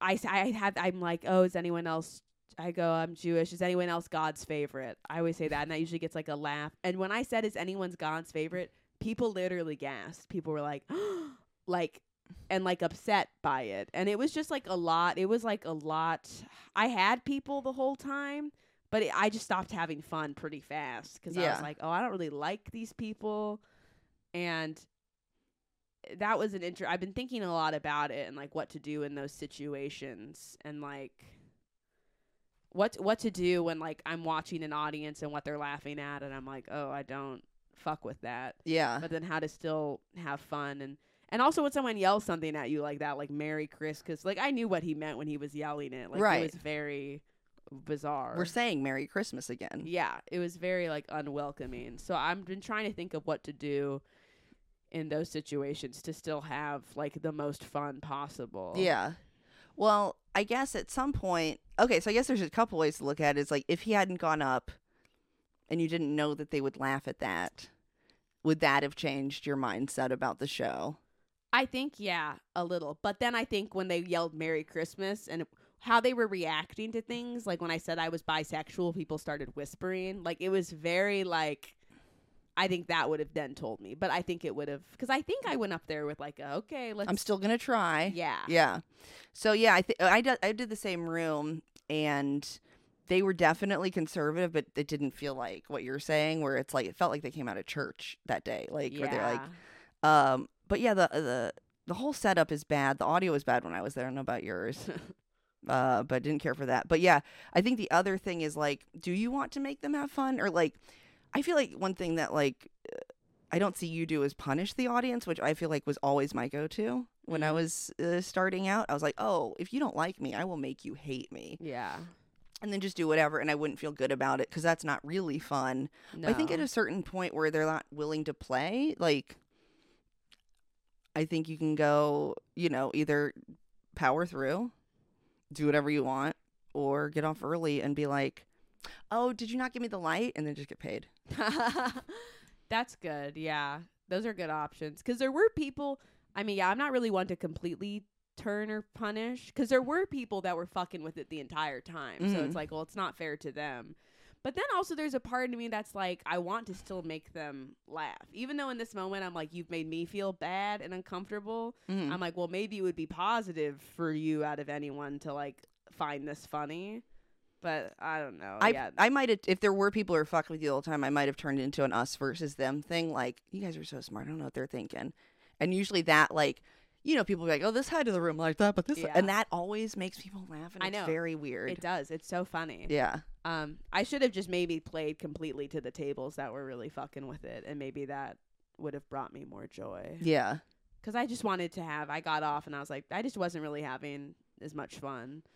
Speaker 2: I s- I had I'm like, "Oh, is anyone else I go, I'm Jewish. Is anyone else God's favorite? I always say that, and that usually gets like a laugh. And when I said, "Is anyone's God's favorite?" people literally gasped. People were like, like, and like upset by it. And it was just like a lot. It was like a lot. I had people the whole time, but it, I just stopped having fun pretty fast because I
Speaker 3: Yeah.
Speaker 2: was like, oh, I don't really like these people, and that was an inter. I've been thinking a lot about it and like what to do in those situations and like what what to do when like I'm watching an audience and what they're laughing at and I'm like, "Oh, I don't fuck with that."
Speaker 3: Yeah.
Speaker 2: But then uh, how to still have fun and and also when someone yells something at you like that like Merry Chris cuz like I knew what he meant when he was yelling it. Like
Speaker 3: Right.
Speaker 2: it was very bizarre.
Speaker 3: We're saying Merry Christmas again.
Speaker 2: yeah, it was very like unwelcoming. So I've been trying to think of what to do in those situations to still have like the most fun possible.
Speaker 3: Yeah. Well, I guess at some point, okay, so I guess there's a couple ways to look at it. It's like if he hadn't gone up and you didn't know that they would laugh at that, would that have changed your mindset about the show?
Speaker 2: I think yeah, a little. But then I think when they yelled "Merry Christmas" and how they were reacting to things, like when I said I was bisexual, people started whispering. Like it was very like. I think that would have then told me, but I think it would have because I think I went up there with like, a, okay, let's.
Speaker 3: I'm still going to try.
Speaker 2: Yeah.
Speaker 3: Yeah. So yeah, I think I did, I did the same room and they were definitely conservative, but it didn't feel like what you're saying where it's like it felt like they came out of church that day, like where they're like um but yeah, the the the whole setup is bad. The audio is bad when I was there. I don't know about yours. uh but didn't care for that. But yeah, I think the other thing is like do you want to make them have fun or like I feel like one thing that like uh, I don't see you do is punish the audience, which I feel like was always my go-to when I
Speaker 2: Mhm.
Speaker 3: was uh, starting out. I was like, "Oh, if you don't like me, I will make you hate me."
Speaker 2: yeah.
Speaker 3: And then just do whatever and I wouldn't feel good about it cuz that's not really fun. But I think at
Speaker 2: No.
Speaker 3: a certain point where they're not willing to play, like I think you can go, you know, either power through, do whatever you want, or get off early and be like, "Oh, did you not give me the light?" and then just get paid.
Speaker 2: That's good. Yeah. Those are good options. Because there were people, I mean, yeah, I'm not really one to completely turn or punish because there were people that were fucking with it the entire time. So
Speaker 3: Mhm.
Speaker 2: it's like, well, it's not fair to them. But then also there's a part of me that's like, I want to still make them laugh. Even though in this moment I'm like, you've made me feel bad and uncomfortable.
Speaker 3: Mhm.
Speaker 2: I'm like, well, maybe it would be positive for you out of anyone to like find this funny. But I don't know.
Speaker 3: I
Speaker 2: oh, yeah.
Speaker 3: I might have if there were people who were fucking with you all the time, I might have turned into an us versus them thing. Like you guys are so smart, I don't know what they're thinking. And usually that like you know people be like, oh this side of the room like that, but this
Speaker 2: Yeah.
Speaker 3: and that always makes people laugh, and
Speaker 2: I
Speaker 3: it's
Speaker 2: know.
Speaker 3: very weird.
Speaker 2: it does. It's so funny.
Speaker 3: yeah,
Speaker 2: Um, I should have just maybe played completely to the tables that were really fucking with it, and maybe that would have brought me more joy.
Speaker 3: yeah.
Speaker 2: Because I just wanted to have. I got off, and I was like, I just wasn't really having as much fun.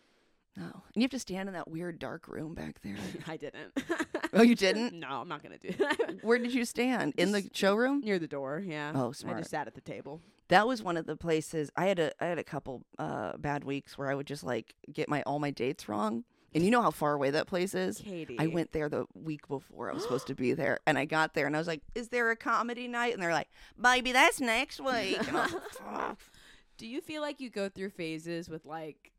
Speaker 3: No, Oh, and you have to stand in that weird dark room back there.
Speaker 2: I didn't.
Speaker 3: Oh, you didn't?
Speaker 2: no, I'm not gonna do that.
Speaker 3: Where did you stand in the
Speaker 2: Just-
Speaker 3: showroom?
Speaker 2: Near the door, yeah.
Speaker 3: Oh,
Speaker 2: I
Speaker 3: smart.
Speaker 2: just sat at the table.
Speaker 3: that was one of the places I had a I had a couple uh, bad weeks where I would just like get my all my dates wrong, and you know how far away that place is.
Speaker 2: Katie,
Speaker 3: I went there the week before I was supposed to be there, and I got there and I was like, "Is there a comedy night?" And they're like, "Baby, that's next week." And I was like, "Fuck."
Speaker 2: Do you feel like you go through phases with like,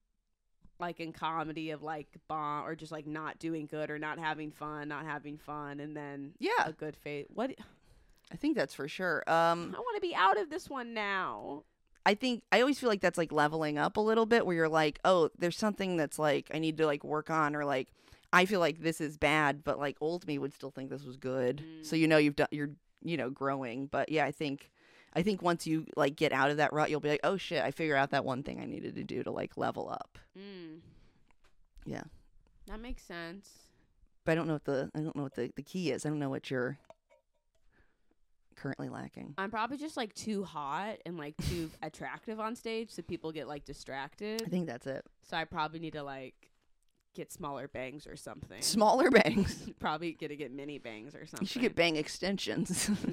Speaker 2: like in comedy of like bomb or just like not doing good or not having fun, not having fun, and then
Speaker 3: yeah,
Speaker 2: a good phase? What
Speaker 3: I think that's for sure.
Speaker 2: Mm, I
Speaker 3: Um,
Speaker 2: want to be out of this one now.
Speaker 3: I think I always feel like that's like leveling up a little bit, where you're like, "Oh, there's something that's like I need to like work on," or like I feel like this is bad, but like old me would still think this was good. So you know you've done you're you know growing, but yeah, I think. I think once you like get out of that rut, you'll be like, "Oh shit, I figured out that one thing I needed to do to like level up."
Speaker 2: Mm.
Speaker 3: Yeah.
Speaker 2: That makes sense.
Speaker 3: but I don't know what the I don't know what the, the key is. I don't know what you're currently lacking.
Speaker 2: I'm probably just like too hot and like too attractive on stage, so people get like
Speaker 3: I
Speaker 2: distracted.
Speaker 3: think that's it.
Speaker 2: So I probably need to like get smaller bangs or something.
Speaker 3: Smaller bangs.
Speaker 2: probably gonna get mini bangs or something.
Speaker 3: You should get bang extensions.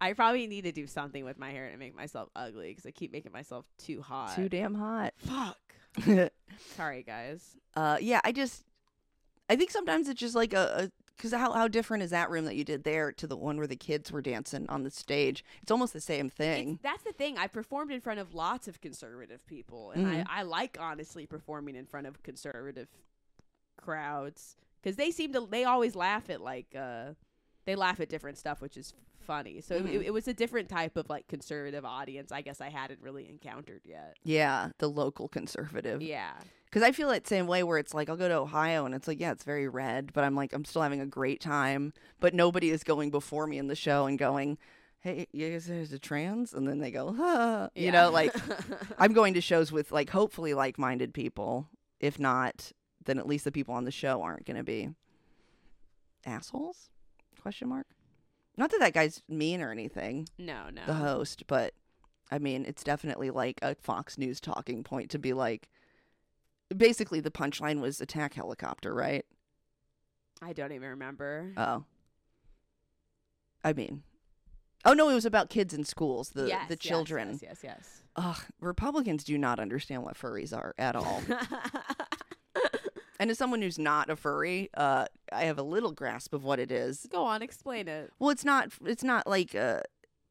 Speaker 2: I probably need to do something with my hair to make myself ugly because I keep making myself too hot.
Speaker 3: Too damn hot.
Speaker 2: Fuck. Sorry, guys.
Speaker 3: uh, yeah, I just I think sometimes it's just like a because how how different is that room that you did there to the one where the kids were dancing on the stage? It's almost the same
Speaker 2: It's-
Speaker 3: thing.
Speaker 2: that's the thing. I performed in front of lots of conservative people, and
Speaker 3: Mm-hmm.
Speaker 2: I, I like honestly performing in front of conservative crowds because they seem to they always laugh at like uh they laugh at different stuff, which is funny. So it,
Speaker 3: Mhm.
Speaker 2: it was a different type of like conservative audience. I guess I hadn't really encountered yet.
Speaker 3: Yeah, the local conservative.
Speaker 2: Yeah,
Speaker 3: Because I feel that same way where it's like, I'll go to Ohio and it's like, yeah, it's very red, but I'm like, I'm still having a great time. But nobody is going before me in the show and going, hey, you guys, there's a trans? And then they go, huh. You
Speaker 2: Yeah.
Speaker 3: know, like, I'm going to shows with like hopefully like minded people. If not, then at least the people on the show aren't going to be assholes? Question mark. Not that that guy's mean or anything,
Speaker 2: no, no.
Speaker 3: the host, but I mean, it's definitely like a Fox News talking point to be like, basically, the punchline was attack helicopter, right?
Speaker 2: I don't even remember.
Speaker 3: Oh, I mean, oh no, it was about kids in schools, the
Speaker 2: Yes,
Speaker 3: the
Speaker 2: yes,
Speaker 3: children.
Speaker 2: Yes, yes,
Speaker 3: Ugh, Republicans do not understand what furries are at all.
Speaker 2: yes.
Speaker 3: and as someone who's not a furry, uh, I have a little grasp of what it is.
Speaker 2: Go on, explain it.
Speaker 3: Well, it's not. It's not like uh,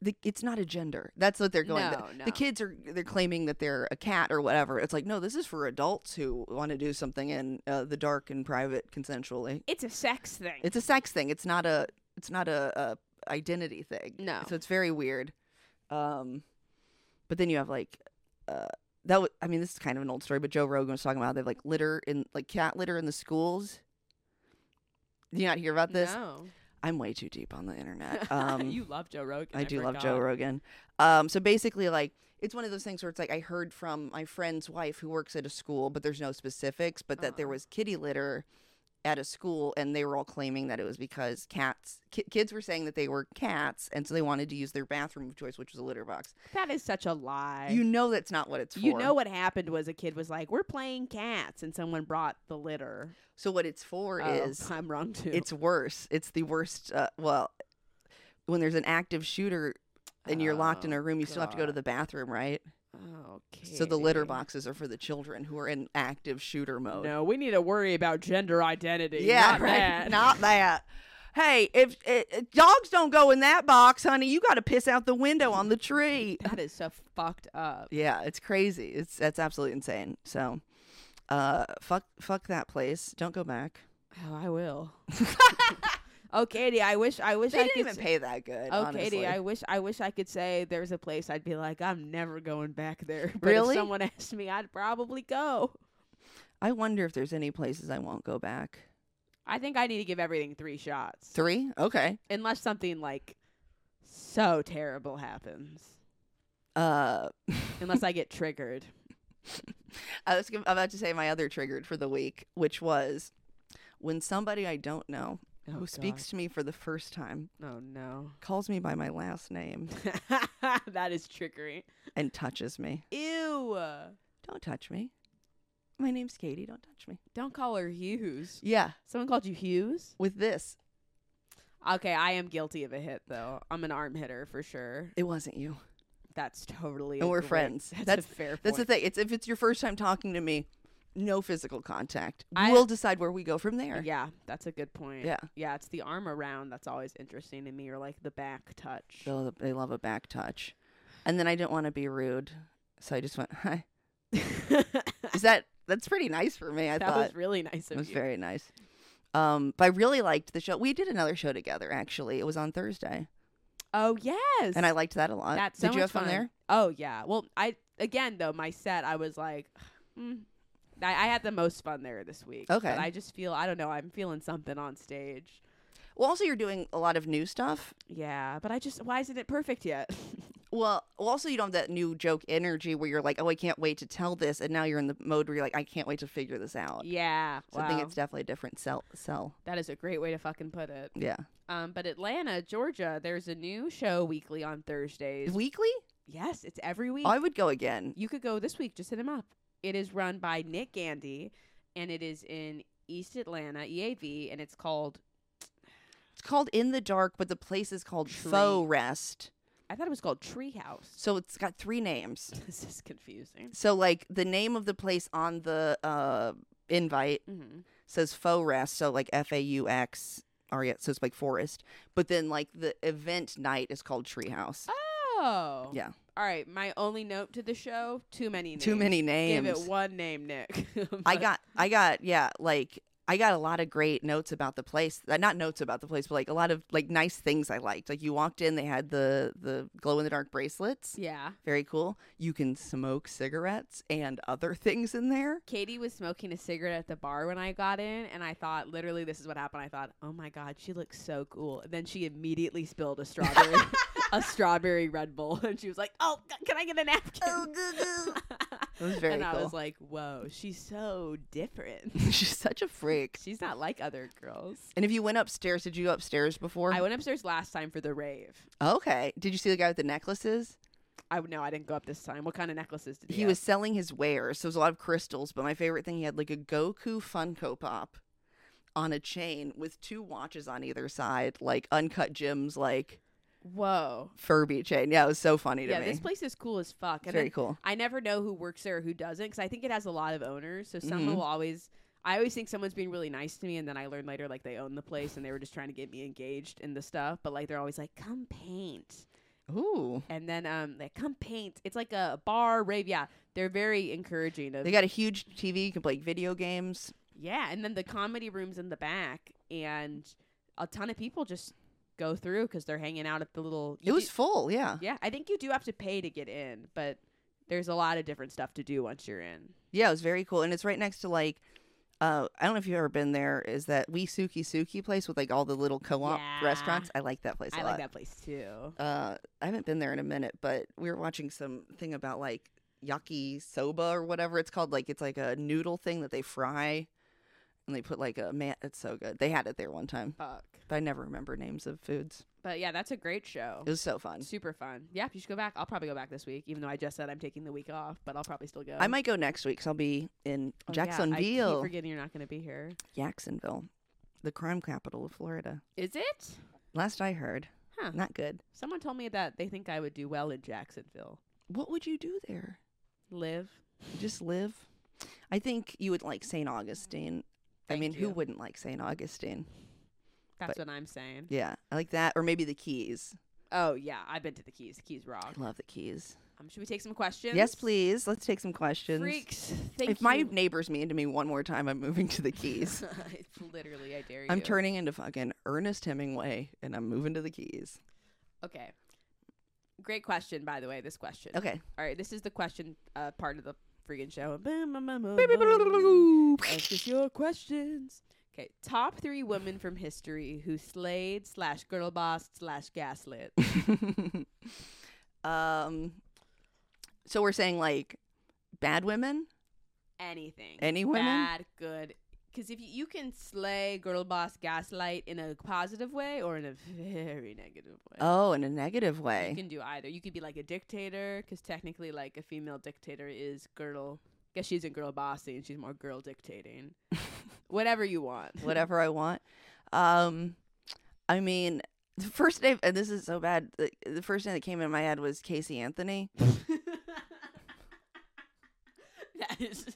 Speaker 3: the, it's not a gender. That's what they're going. the-
Speaker 2: No,
Speaker 3: the,
Speaker 2: no.
Speaker 3: kids are they're claiming that they're a cat or whatever. It's like no, this is for adults who want to do something in uh, the dark and private consensually.
Speaker 2: It's a sex thing.
Speaker 3: It's a sex thing. It's not a. It's not a, a identity thing.
Speaker 2: No.
Speaker 3: So it's very weird. Um, but then you have like, uh, that. W- I mean, this is kind of an old story, but Joe Rogan was talking about they have like litter in like cat litter in the schools. Do you not hear about this?
Speaker 2: No.
Speaker 3: I'm way too deep on the internet. Um,
Speaker 2: you love Joe Rogan.
Speaker 3: I, do love Joe Rogan. Um, so basically, like, it's one of those things where it's like I heard from my friend's wife who works at a school, but there's no specifics, but that there
Speaker 2: Uh-uh.
Speaker 3: was kitty litter at a school, and they were all claiming that it was because cats, ki- kids were saying that they were cats, and so they wanted to use their bathroom of choice, which was a litter box.
Speaker 2: That is such a lie.
Speaker 3: you know that's not what it's for.
Speaker 2: You know what happened was a kid was like, "We're playing cats," and someone brought the litter.
Speaker 3: So what it's for
Speaker 2: Oh,
Speaker 3: is
Speaker 2: I'm wrong too.
Speaker 3: it's worse. It's the worst. Uh, well, when there's an active shooter and you're locked in
Speaker 2: Oh,
Speaker 3: a room, you still have to go to
Speaker 2: God.
Speaker 3: the bathroom, right?
Speaker 2: okay.
Speaker 3: So the litter boxes are for the children who are in active shooter mode.
Speaker 2: No, we need to worry about gender identity.
Speaker 3: yeah,
Speaker 2: not
Speaker 3: right.
Speaker 2: that.
Speaker 3: Not that. Hey, if, i i- dogs don't go in that box, honey, you got to piss out the window on the tree.
Speaker 2: that is so fucked up.
Speaker 3: yeah, it's crazy. It's that's absolutely insane. So, uh, fuck, fuck that place. Don't go back.
Speaker 2: Oh, I will. oh, Katie, I wish I wish
Speaker 3: They
Speaker 2: I
Speaker 3: didn't
Speaker 2: could
Speaker 3: even
Speaker 2: s-
Speaker 3: pay that good.
Speaker 2: Oh,
Speaker 3: honestly.
Speaker 2: Katie, I wish I wish I could say there's a place I'd be like, I'm never going back there. But
Speaker 3: Really?
Speaker 2: if someone asked me, I'd probably go.
Speaker 3: I wonder if there's any places I won't go back.
Speaker 2: I think I need to give everything three shots.
Speaker 3: Three? Okay.
Speaker 2: Unless something like so terrible happens.
Speaker 3: Uh,
Speaker 2: Unless I get triggered.
Speaker 3: I was gonna- about to say my other triggered for the week, which was when somebody I don't know
Speaker 2: Oh,
Speaker 3: who speaks to me for the first time
Speaker 2: God. Oh no.
Speaker 3: calls me by my last name
Speaker 2: that is trickery.
Speaker 3: and touches me.
Speaker 2: Ew.
Speaker 3: Don't touch me. My name's Katie. Don't touch me.
Speaker 2: Don't call her Hughes.
Speaker 3: Yeah,
Speaker 2: Someone called you Hughes?
Speaker 3: with this,
Speaker 2: Okay, I am guilty of a hit though. I'm an arm hitter for sure.
Speaker 3: it wasn't you.
Speaker 2: That's totally.
Speaker 3: And
Speaker 2: a
Speaker 3: we're
Speaker 2: great-
Speaker 3: friends.
Speaker 2: That's,
Speaker 3: That's-
Speaker 2: a fair. Point.
Speaker 3: That's the thing. It's if it's your first time talking to me, no physical contact.
Speaker 2: I-
Speaker 3: we'll decide where we go from there.
Speaker 2: Yeah, that's a good point.
Speaker 3: Yeah.
Speaker 2: yeah. It's the arm around that's always interesting to me, or like the back touch.
Speaker 3: They'll- they love a back touch. And then I didn't want to be rude, so I just went, "Hi." Is that that's pretty nice for me? I
Speaker 2: that
Speaker 3: thought
Speaker 2: was really nice
Speaker 3: it
Speaker 2: of
Speaker 3: was
Speaker 2: you.
Speaker 3: very nice. Um, but I really liked the show. We did another show together actually. It was on Thursday,
Speaker 2: oh yes,
Speaker 3: and I liked that a lot.
Speaker 2: That's so
Speaker 3: did you
Speaker 2: much
Speaker 3: have fun, there?
Speaker 2: Oh yeah. Well, I again though my set, I was like, mm. I, I had the most fun there this week. but
Speaker 3: Okay.
Speaker 2: I just feel I don't know. I'm feeling something on stage.
Speaker 3: Well, also you're doing a lot of new stuff.
Speaker 2: Yeah, but I just why isn't it perfect yet?
Speaker 3: Well, also you don't have that new joke energy where you're like, "Oh, I can't wait to tell this," and now you're in the mode where you're like, "I can't wait to figure this out."
Speaker 2: yeah.
Speaker 3: So I think
Speaker 2: wow.
Speaker 3: it's definitely a different sell. Sell.
Speaker 2: That is a great way to fucking put it.
Speaker 3: Yeah.
Speaker 2: Um, but Atlanta, Georgia, there's a new show weekly on Thursdays.
Speaker 3: Weekly?
Speaker 2: yes, it's every week.
Speaker 3: I would go again.
Speaker 2: you could go this week. Just hit him up. It is run by Nick Gandy, and it is in East Atlanta, EAV, and it's called.
Speaker 3: It's called In the Dark, but the place is called
Speaker 2: Tree.
Speaker 3: Faux Rest.
Speaker 2: I thought it was called Treehouse.
Speaker 3: So it's got three names.
Speaker 2: this is confusing.
Speaker 3: So like the name of the place on the uh invite
Speaker 2: hmm
Speaker 3: says Faux Rest, so like F A U X or yeah, so it's like forest. But then like the event night is called Treehouse.
Speaker 2: Oh,
Speaker 3: Yeah.
Speaker 2: All right. My only note to the show: too many. Names.
Speaker 3: Too many
Speaker 2: Give
Speaker 3: names.
Speaker 2: it one name, Nick.
Speaker 3: I
Speaker 2: But-
Speaker 3: got I got yeah, like I got a lot of great notes about the place. Uh, Not notes about the place, but like a lot of like nice things I liked. Like you walked in, they had the the glow in the dark bracelets.
Speaker 2: Yeah.
Speaker 3: Very cool. You can smoke cigarettes and other things in there.
Speaker 2: Katie was smoking a cigarette at the bar when I got in, and I thought, literally, this is what happened. I thought, oh my god, she looks so cool. And then she immediately spilled a strawberry, a strawberry Red Bull, and she was like, oh, g- can I get a napkin?
Speaker 3: It was very
Speaker 2: and I
Speaker 3: cool.
Speaker 2: was like, whoa, she's so different.
Speaker 3: She's such a freak.
Speaker 2: she's not like other girls.
Speaker 3: And if you went upstairs, did you go upstairs before?
Speaker 2: I went upstairs last time for the rave.
Speaker 3: okay. Did you see the guy with the necklaces?
Speaker 2: I no, I didn't go up this time. What kind of necklaces did he?
Speaker 3: He was selling his wares. So it was a lot of crystals, but my favorite thing, he had like a Goku Funko Pop on a chain with two watches on either side, like uncut gems, like
Speaker 2: have? Whoa.
Speaker 3: Furby chain. Yeah, it was so funny to
Speaker 2: Yeah,
Speaker 3: me.
Speaker 2: this place is cool as fuck. And
Speaker 3: very
Speaker 2: then-
Speaker 3: cool.
Speaker 2: I never know who works there or who doesn't because I think it has a lot of owners. So someone
Speaker 3: Mhm.
Speaker 2: will always. I always think someone's being really nice to me, and then I learn later like they own the place and they were just trying to get me engaged in the stuff. But like they're always like, "Come paint,"
Speaker 3: Ooh.
Speaker 2: and then um, like, "Come paint." It's like a bar rave. Yeah, they're very encouraging. Of,
Speaker 3: They got a huge TV. You can play video games.
Speaker 2: yeah, and then the comedy rooms in the back, and a ton of people just go through because they're hanging out at the little.
Speaker 3: It
Speaker 2: you
Speaker 3: was
Speaker 2: do-
Speaker 3: full. Yeah.
Speaker 2: yeah, I think you do have to pay to get in, but there's a lot of different stuff to do once you're in.
Speaker 3: Yeah, it was very cool. And it's right next to like uh I don't know if you've ever been there, is that We Suki Suki place with like all the little co op
Speaker 2: Yeah.
Speaker 3: restaurants. I like that place a
Speaker 2: I
Speaker 3: lot.
Speaker 2: like that place too.
Speaker 3: Uh I haven't been there in a minute, but we were watching some thing about like yaki soba or whatever it's called. Like it's like a noodle thing that they fry and they put like a man it's so good. They had it there one time.
Speaker 2: Fuck.
Speaker 3: But I never remember names of foods.
Speaker 2: But yeah, that's a great show.
Speaker 3: It was so fun.
Speaker 2: Super fun. Yeah, you should go back. I'll probably go back this week, even though I just said I'm taking the week off, but I'll probably still go.
Speaker 3: I might go next week 'cause I'll be in
Speaker 2: Oh, yeah, I keep
Speaker 3: Jacksonville,
Speaker 2: forgetting you're not going to be here.
Speaker 3: Jacksonville, the crime capital of Florida.
Speaker 2: Is it?
Speaker 3: Last I heard,
Speaker 2: Huh.
Speaker 3: not good.
Speaker 2: Someone told me that they think I would do well in Jacksonville.
Speaker 3: What would you do there?
Speaker 2: Live.
Speaker 3: Just live? I think you would like St. Augustine. I
Speaker 2: Thank
Speaker 3: mean, who
Speaker 2: you.
Speaker 3: wouldn't like St. Augustine?
Speaker 2: That's what I'm saying.
Speaker 3: Yeah, I like that. Or maybe the Keys.
Speaker 2: Oh yeah, I've been to the Keys. The Keys rock.
Speaker 3: I love the Keys.
Speaker 2: Um, should we take some questions?
Speaker 3: Yes, please. Let's take some questions.
Speaker 2: Freaks. Thank
Speaker 3: if my
Speaker 2: you.
Speaker 3: neighbors mean to me one more time, I'm moving to the Keys.
Speaker 2: it's literally, I dare you.
Speaker 3: I'm turning into fucking Ernest Hemingway and I'm moving to the Keys.
Speaker 2: Okay. Great question, by the way. This question.
Speaker 3: Okay.
Speaker 2: All right. This is the question uh, part of the freaking show. Ask us your questions. Okay. Top three women from history who slayed slash girl boss slash gaslit.
Speaker 3: um so we're saying like bad women?
Speaker 2: Anything.
Speaker 3: Any women?
Speaker 2: Bad, good. Because if you, you can slay girl boss gaslight in a positive way or in a very negative way.
Speaker 3: Oh, in a negative
Speaker 2: You
Speaker 3: way.
Speaker 2: can do either. You could be like a dictator, because technically, like a female dictator is girl. Guess she's a girl bossy and she's more girl dictating. Whatever you want.
Speaker 3: Whatever I want. Um I mean the first name and this is so bad. The, the first name that came into my head was Casey Anthony.
Speaker 2: that is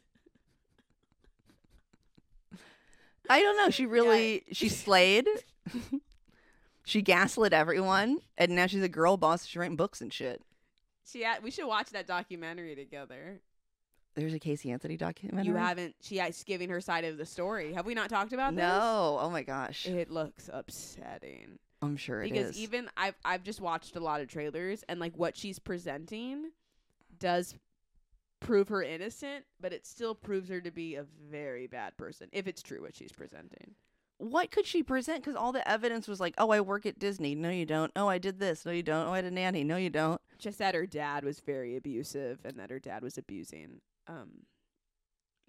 Speaker 3: I don't know. She really she slayed. she gaslit everyone, and now she's a girl boss. She's writing books and shit.
Speaker 2: she. a- We should watch that documentary together.
Speaker 3: There's a Casey Anthony documentary.
Speaker 2: You haven't. She is giving her side of the story. Have we not talked about
Speaker 3: No. Oh my gosh.
Speaker 2: this? It looks upsetting.
Speaker 3: I'm sure it is.
Speaker 2: because even I've I've just watched a lot of trailers and like what she's presenting does prove her innocent, but it still proves her to be a very bad person if it's true what she's presenting.
Speaker 3: what could she present? Because all the evidence was like, oh, I work at Disney. No, you don't. Oh, I did this. No, you don't. Oh, I had a nanny. No, you don't.
Speaker 2: Just that her dad was very abusive and that her dad was abusing um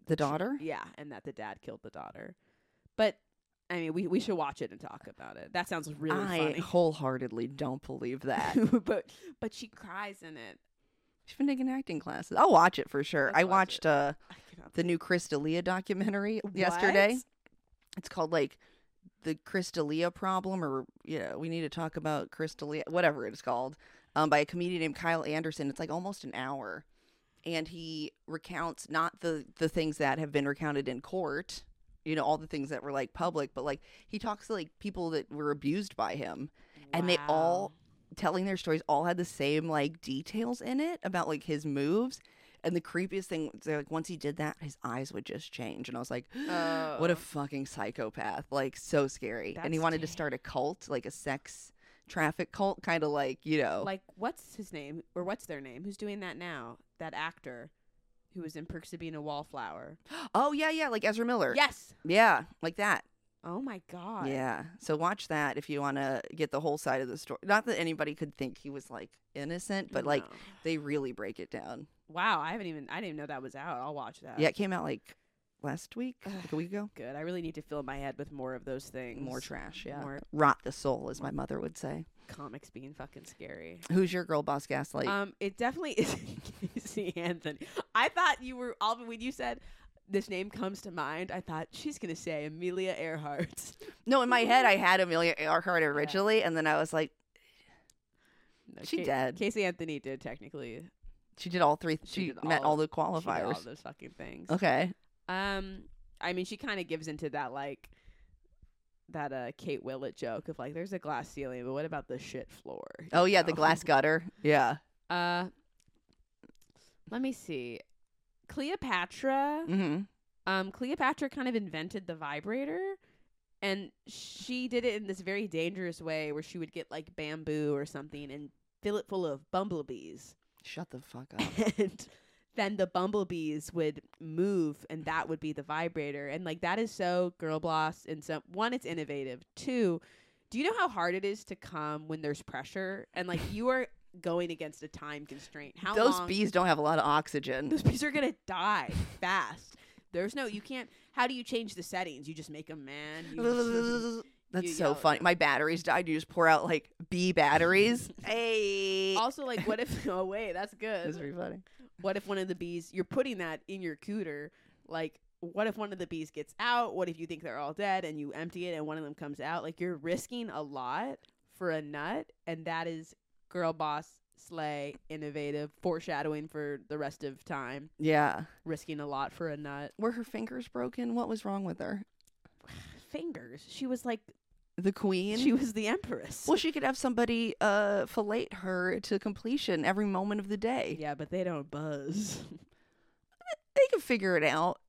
Speaker 3: The daughter.
Speaker 2: yeah, and that the dad killed the daughter. But I mean, we, we should watch it and talk about it. That sounds really
Speaker 3: I
Speaker 2: funny.
Speaker 3: wholeheartedly don't believe that.
Speaker 2: but but she cries in it.
Speaker 3: She's been taking acting classes. I'll watch it for sure.
Speaker 2: Let's
Speaker 3: I
Speaker 2: watch
Speaker 3: watched
Speaker 2: it.
Speaker 3: uh
Speaker 2: I cannot.
Speaker 3: the new Chris D'Elia documentary yesterday.
Speaker 2: What?
Speaker 3: It's called like the Chris D'Elia problem, or you know, we need to talk about Chris D'Elia, whatever it's called, um, by a comedian named Kyle Anderson. It's like almost an hour, and he recounts not the the things that have been recounted in court, you know, all the things that were like public, but like he talks to like people that were abused by him, and they all
Speaker 2: Wow.
Speaker 3: telling their stories all had the same like details in it about like his moves. And the creepiest thing, was, like once he did that, his eyes would just change, and I was like, "What
Speaker 2: Oh.
Speaker 3: a fucking psychopath! Like so scary." and he
Speaker 2: That's
Speaker 3: wanted to
Speaker 2: scary.
Speaker 3: start a cult, like a sex traffic cult, kind of like you know.
Speaker 2: like what's his name or what's their name who's doing that now that actor who was in perks of being a wallflower
Speaker 3: oh yeah, yeah, like Ezra Miller.
Speaker 2: yes
Speaker 3: yeah, like that.
Speaker 2: oh my god
Speaker 3: Yeah. So watch that if you want to get the whole side of the story. Not that anybody could think he was like innocent, but like
Speaker 2: No.
Speaker 3: they really break it down.
Speaker 2: wow i haven't even i didn't even know that was out i'll watch that
Speaker 3: yeah, it came out like last week, like a week ago.
Speaker 2: good i really need to fill my head with more of those things
Speaker 3: More trash, yeah.
Speaker 2: more-
Speaker 3: Rot the soul, as my mother would say.
Speaker 2: comics being fucking scary
Speaker 3: Who's your girl boss gaslight?
Speaker 2: um it definitely is casey anthony i thought you were alvin when you said this name comes to mind i thought she's gonna say amelia earhart
Speaker 3: no, in my head I had Amelia Earhart originally, and then I was like,
Speaker 2: No,
Speaker 3: She
Speaker 2: Ca-
Speaker 3: dead.
Speaker 2: casey anthony did technically
Speaker 3: she did all three.
Speaker 2: She
Speaker 3: She,
Speaker 2: did
Speaker 3: met
Speaker 2: all-
Speaker 3: all the
Speaker 2: She did all
Speaker 3: qualifiers.
Speaker 2: those fucking things
Speaker 3: okay.
Speaker 2: Um, I mean, she kind of gives into that like that uh Kate Willett joke of like, "There's a glass ceiling, but what about the shit floor?" you
Speaker 3: Oh yeah, the
Speaker 2: know?
Speaker 3: glass gutter. Yeah.
Speaker 2: Uh, let me see. Cleopatra.
Speaker 3: Mm-hmm.
Speaker 2: Um, Cleopatra kind of invented the vibrator. And she did it in this very dangerous way where she would get like bamboo or something and fill it full of bumblebees.
Speaker 3: Shut the fuck up.
Speaker 2: and then the bumblebees would move and that would be the vibrator and like that is so girl boss and so one it's innovative two do you know how hard it is to come when there's pressure and like you are going against a time constraint how
Speaker 3: Those
Speaker 2: long
Speaker 3: bees don't have a lot of oxygen.
Speaker 2: those bees are gonna die fast there's no you can't how do you change the settings you just make them man you
Speaker 3: That's
Speaker 2: you
Speaker 3: so
Speaker 2: yell-
Speaker 3: funny. My batteries died. You just pour out like bee batteries. hey.
Speaker 2: also like what if oh wait that's good
Speaker 3: That's pretty funny.
Speaker 2: what if one of the bees you're putting that in your cooter like what if one of the bees gets out what if you think they're all dead and you empty it and one of them comes out like you're risking a lot for a nut and that is girl boss slay innovative foreshadowing for the rest of time
Speaker 3: Yeah.
Speaker 2: risking a lot for a nut
Speaker 3: Were her fingers broken? What was wrong with her?
Speaker 2: fingers she was like
Speaker 3: the queen.
Speaker 2: She was the empress.
Speaker 3: well, she could have somebody uh fillet her to completion every moment of the day.
Speaker 2: yeah, but they don't buzz.
Speaker 3: They could figure it out.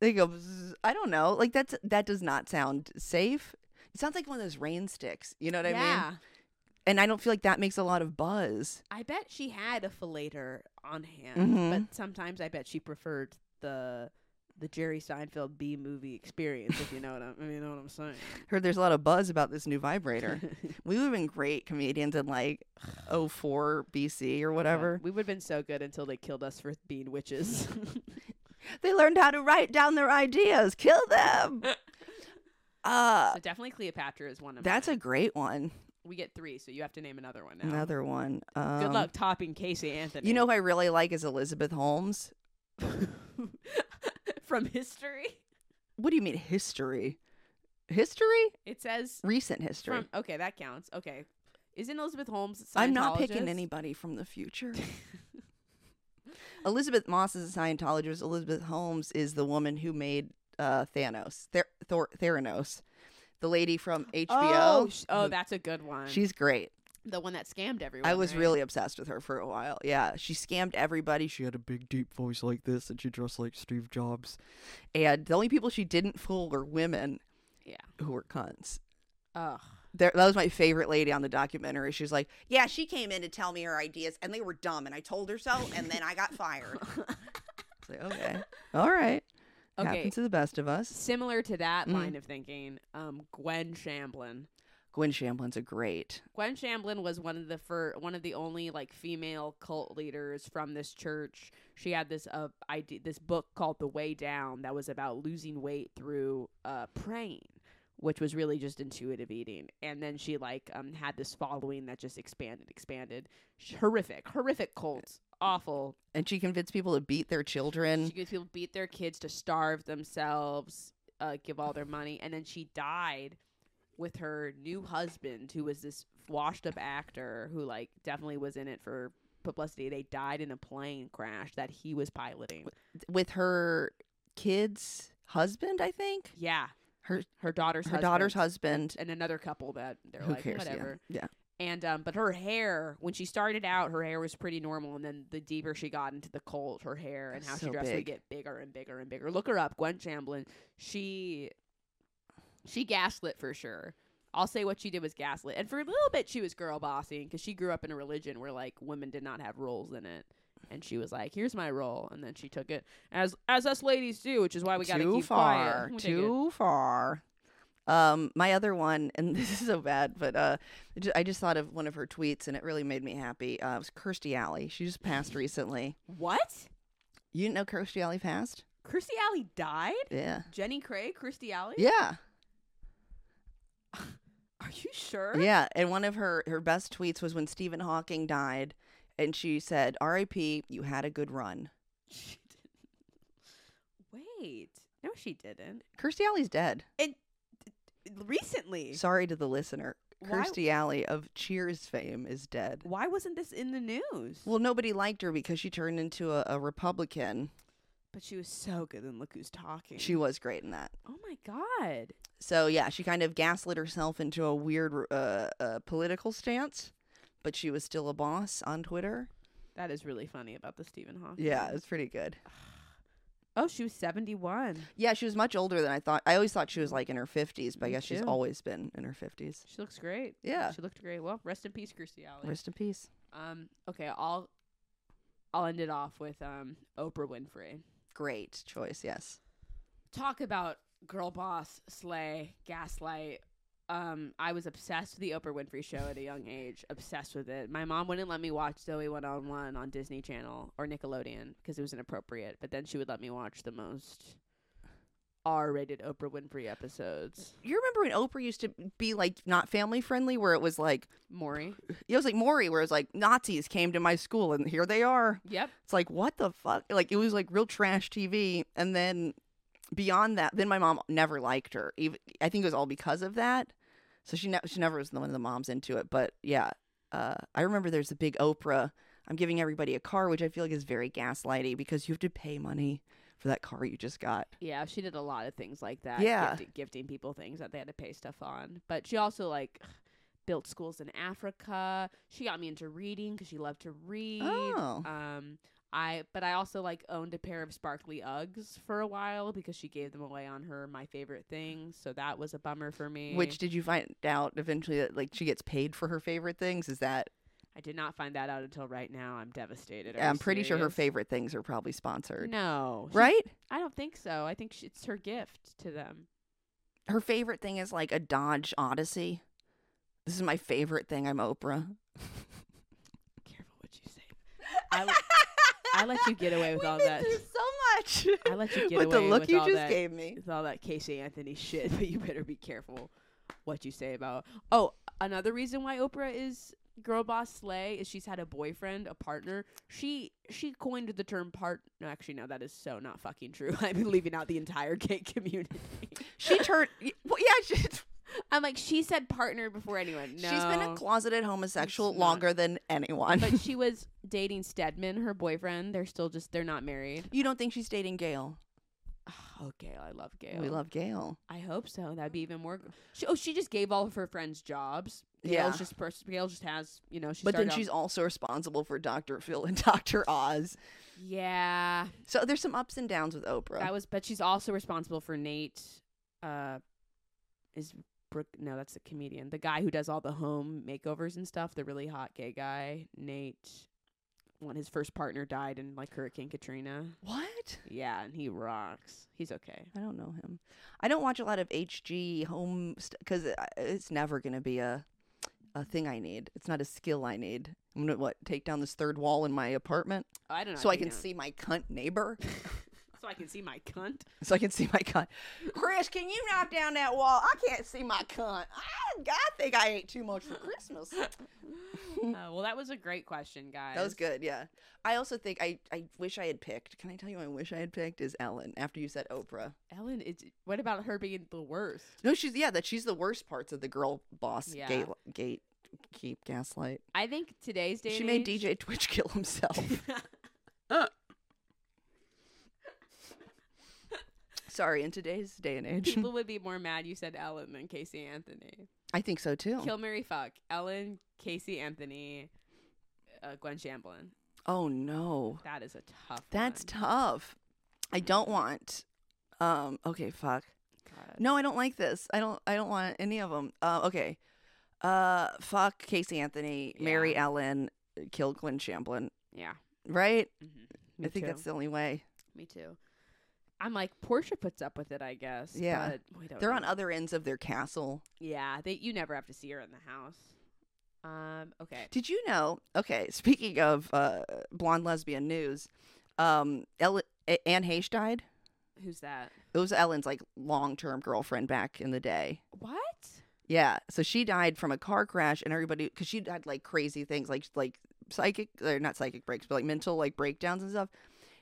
Speaker 3: They go. "Bzz." I don't know. Like that's that does not sound safe. It sounds like one of those rain sticks. You know what I mean? And I don't feel like that makes a lot of buzz.
Speaker 2: I bet she had a filleter on hand,
Speaker 3: Mhm.
Speaker 2: but sometimes I bet she preferred the the Jerry Seinfeld B movie experience, if you know what I'm, you know what I'm saying.
Speaker 3: Heard there's a lot of buzz about this new vibrator. we would have been great comedians in like 04 BC or whatever.
Speaker 2: we would have been so good until they killed us for being witches.
Speaker 3: They learned how to write down their ideas. Kill them. uh
Speaker 2: so definitely Cleopatra is one of
Speaker 3: that's a
Speaker 2: mine.
Speaker 3: great one.
Speaker 2: we get three, so you have to name another one now.
Speaker 3: Another one. Um,
Speaker 2: Good luck topping Casey Anthony.
Speaker 3: You know who I really like is Elizabeth Holmes.
Speaker 2: from history,
Speaker 3: What do you mean history? History?
Speaker 2: it says
Speaker 3: Recent history.
Speaker 2: from. Okay, that counts. Okay, isn't Elizabeth Holmes? a
Speaker 3: I'm not picking
Speaker 2: Scientologist?
Speaker 3: anybody from the future. Elizabeth Moss is a Scientologist. Elizabeth Holmes is the woman who made uh, Thanos, Ther- Thor- Theranos, the lady from HBO.
Speaker 2: Oh, sh- oh,
Speaker 3: who-
Speaker 2: that's a good one.
Speaker 3: Mm-hmm. she's great.
Speaker 2: the one that scammed everyone.
Speaker 3: I was
Speaker 2: right?
Speaker 3: really obsessed with her for a while. Yeah, she scammed everybody. She
Speaker 4: She had a big deep voice like this and she dressed like Steve Jobs.
Speaker 3: and the only people she didn't fool were women
Speaker 2: Yeah.
Speaker 3: who were cunts.
Speaker 2: Ugh.
Speaker 3: There, that was my favorite lady on the documentary. She was like, "Yeah, she came in to tell me her ideas, and they were dumb, and I told her so, and then I got fired." It's like, okay, all right,
Speaker 2: Okay.
Speaker 3: happens to the best of us.
Speaker 2: Similar to that
Speaker 3: Mm.
Speaker 2: line of thinking, um, Gwen Shamblin.
Speaker 3: Gwen Shamblin's a great.
Speaker 2: Gwen Shamblin was one of the fir- one of the only like female cult leaders from this church. She had this uh idea, this book called The Way Down that was about losing weight through uh praying, which was really just intuitive eating. And then she like um had this following that just expanded, expanded. Sh- horrific, horrific cults, awful.
Speaker 3: And she convinced people to beat their children.
Speaker 2: She gives people beat their kids to starve themselves, uh, give all their money, and then she died with her new husband, who was this washed up actor who like definitely was in it for publicity. They died in a plane crash that he was piloting.
Speaker 3: with her kids' husband, I think.
Speaker 2: Yeah,
Speaker 3: Her
Speaker 2: her daughter's
Speaker 3: her
Speaker 2: husband.
Speaker 3: daughter's husband.
Speaker 2: and another couple that they're
Speaker 3: Who
Speaker 2: like
Speaker 3: cares? yeah,
Speaker 2: whatever.
Speaker 3: Yeah.
Speaker 2: And um, but her hair when she started out, her hair was pretty normal, and then the deeper she got into the cult, her hair and how
Speaker 3: So
Speaker 2: she dressed would
Speaker 3: big.
Speaker 2: get bigger and bigger and bigger. Look her up, Gwen Chamblin. She she gaslit for sure. I'll say what she did was gaslit, and for a little bit she was girl bossing because she grew up in a religion where like women did not have roles in it. And she was like, "Here's my role," and then she took it as as us ladies do, which is why we got to
Speaker 3: too
Speaker 2: keep
Speaker 3: far.
Speaker 2: quiet. We take it.
Speaker 3: Too far. Um, my other one, and this is so bad, but uh, I ju- I just thought of one of her tweets, and it really made me happy. Uh, it was Kirstie Alley. She just passed recently.
Speaker 2: What?
Speaker 3: You didn't know Kirstie Alley passed?
Speaker 2: Kirstie Alley died.
Speaker 3: Yeah.
Speaker 2: Jenny Craig, Kirstie Alley.
Speaker 3: Yeah.
Speaker 2: Are you sure?
Speaker 3: Yeah, and one of her her best tweets was when Stephen Hawking died, and she said, "R.I.P. You had a good run."
Speaker 2: She didn't. Wait. No, she didn't.
Speaker 3: Kirstie Alley's dead.
Speaker 2: Recently.
Speaker 3: Sorry to the listener.
Speaker 2: Why-
Speaker 3: Kirstie Alley of Cheers fame is dead.
Speaker 2: Why wasn't this in the news?
Speaker 3: Well, nobody liked her because she turned into a, a Republican.
Speaker 2: but she was so good in Look Who's Talking.
Speaker 3: She was great in that.
Speaker 2: Oh my God.
Speaker 3: So yeah, she kind of gaslit herself into a weird uh, uh, political stance, but she was still a boss on Twitter.
Speaker 2: That is really funny about the Stephen Hawking.
Speaker 3: Yeah, it was pretty good.
Speaker 2: Oh, she was 71.
Speaker 3: Yeah, she was much older than I thought. I always thought she was like in her fifties, but I
Speaker 2: Me
Speaker 3: guess she's
Speaker 2: too.
Speaker 3: always been in her fifties.
Speaker 2: She looks great.
Speaker 3: Yeah.
Speaker 2: She looked great. Well, rest in peace, Kirstie Alley.
Speaker 3: Rest in peace.
Speaker 2: Um, okay, I'll I'll end it off with um Oprah Winfrey.
Speaker 3: Great choice. Yes.
Speaker 2: talk about girl boss, slay, gaslight. Um, I was obsessed with the Oprah Winfrey show at a young age. Obsessed with it. My mom wouldn't let me watch Zoe One on One on Disney Channel or Nickelodeon because it was inappropriate. But then she would let me watch the most R-rated Oprah Winfrey episodes.
Speaker 3: You remember when Oprah used to be like not family friendly, where it was like
Speaker 2: Maury.
Speaker 3: it was like Maury, where it was like Nazis came to my school and here they are.
Speaker 2: Yep.
Speaker 3: It's like what the fuck? Like it was like real trash TV, and then beyond that, then my mom never liked her. Even I think it was all because of that. So she ne- she never was the one of the moms into it. But yeah, uh, I remember there's a big Oprah. I'm giving everybody a car, which I feel like is very gaslighty because you have to pay money for that car you just got.
Speaker 2: Yeah, she did a lot of things like that.
Speaker 3: Yeah.
Speaker 2: gifti- gifting people things that they had to pay stuff on. But she also like built schools in Africa. She got me into reading because she loved to read.
Speaker 3: Oh.
Speaker 2: Um, I but I also like owned a pair of sparkly Uggs for a while because she gave them away on her my favorite thing. So that was a bummer for me.
Speaker 3: Which did you find out eventually that like she gets paid for her favorite things? Is that
Speaker 2: I did not find that out until right now. I'm devastated. Are you
Speaker 3: I'm pretty sure her
Speaker 2: serious?
Speaker 3: favorite things are probably sponsored.
Speaker 2: No, she-
Speaker 3: Right?
Speaker 2: I don't think so. I think sh it's her gift to them.
Speaker 3: Her favorite thing is like a Dodge Odyssey. This is my favorite thing. I'm Oprah.
Speaker 2: Careful what you say. I, w- I let you get away with
Speaker 3: We've
Speaker 2: all
Speaker 3: been
Speaker 2: that.
Speaker 3: through so much.
Speaker 2: I let you get
Speaker 3: with the
Speaker 2: away
Speaker 3: look
Speaker 2: with
Speaker 3: you
Speaker 2: all
Speaker 3: just
Speaker 2: that.
Speaker 3: gave me.
Speaker 2: with all that Casey Anthony shit, but you better be careful what you say about. Oh, another reason why Oprah is girl boss slay is she's had a boyfriend, a partner. She she coined the term part. No, actually, no, that is so not fucking true. I'm leaving out the entire gay community.
Speaker 3: She turned. y- Well, yeah, she,
Speaker 2: I'm like, she said partner before anyone. No,
Speaker 3: she's been a closeted homosexual
Speaker 2: not.
Speaker 3: longer than anyone.
Speaker 2: but she was dating Stedman, her boyfriend. They're still just they're not married.
Speaker 3: you don't think she's dating Gail?
Speaker 2: Oh, Gail, I love Gail.
Speaker 3: We love Gail.
Speaker 2: I hope so. That'd be even more. She, oh, she just gave all of her friends jobs. Gail's
Speaker 3: Yeah.
Speaker 2: just pers- Gail just has you know. She
Speaker 3: but then
Speaker 2: started
Speaker 3: she's
Speaker 2: off-
Speaker 3: also responsible for Dr. Phil and Dr. Oz.
Speaker 2: yeah.
Speaker 3: So there's some ups and downs with Oprah.
Speaker 2: That was, but she's also responsible for Nate. Uh, is Brooke? No, that's the comedian, the guy who does all the home makeovers and stuff. The really hot gay guy, Nate. When his first partner died in like Hurricane Katrina.
Speaker 3: what?
Speaker 2: Yeah, and he rocks. He's okay.
Speaker 3: I don't know him. I don't watch a lot of HG home because it's never going to be a a thing I need. It's not a skill I need. I'm gonna what take down this third wall in my apartment
Speaker 2: I don't know.
Speaker 3: so I
Speaker 2: if you
Speaker 3: can
Speaker 2: know-
Speaker 3: see my cunt neighbor.
Speaker 2: So I can see my cunt.
Speaker 3: so I can see my cunt. Chris, can you knock down that wall? I can't see my cunt. I, I think I ate too much for Christmas.
Speaker 2: Uh, well, that was a great question, guys.
Speaker 3: That was good, yeah. I also think I, I wish I had picked. Can I tell you? who I wish I had picked is Ellen. After you said Oprah,
Speaker 2: Ellen, it's what about her being the worst?
Speaker 3: no, she's yeah, that she's the worst parts of the girl boss
Speaker 2: Yeah.
Speaker 3: gate gate keep gaslight.
Speaker 2: I think today's day.
Speaker 3: she
Speaker 2: and
Speaker 3: made
Speaker 2: age-
Speaker 3: DJ Twitch kill himself. Sorry, in today's day and age,
Speaker 2: People would be more mad you said Ellen than Casey Anthony.
Speaker 3: I think so too.
Speaker 2: Kill Mary Fuck. Ellen, Casey Anthony, uh, Gwen Shamblin.
Speaker 3: oh no,
Speaker 2: That is a tough.
Speaker 3: that's
Speaker 2: one.
Speaker 3: tough. I don't want. Um. Okay. Fuck.
Speaker 2: God.
Speaker 3: No, I don't like this. I don't. I don't want any of them. Uh, okay. Uh, fuck Casey Anthony, Mary
Speaker 2: Yeah.
Speaker 3: Ellen, kill Glenn Shamblin.
Speaker 2: Yeah.
Speaker 3: Right?
Speaker 2: Mm-hmm.
Speaker 3: I think that's the only way.
Speaker 2: me too. I'm like Portia puts up with it, I guess.
Speaker 3: Yeah.
Speaker 2: but we don't
Speaker 3: They're on
Speaker 2: know.
Speaker 3: other ends of their castle.
Speaker 2: Yeah, they, you never have to see her in the house. Um. Okay.
Speaker 3: Did you know? Okay, speaking of uh, blonde lesbian news, um, Ellen, A- Anne Heche died.
Speaker 2: Who's that?
Speaker 3: It was Ellen's like long-term girlfriend back in the day.
Speaker 2: What?
Speaker 3: Yeah, so she died from a car crash, and everybody because she had like crazy things, like like psychic or not psychic breaks, but like mental like breakdowns and stuff.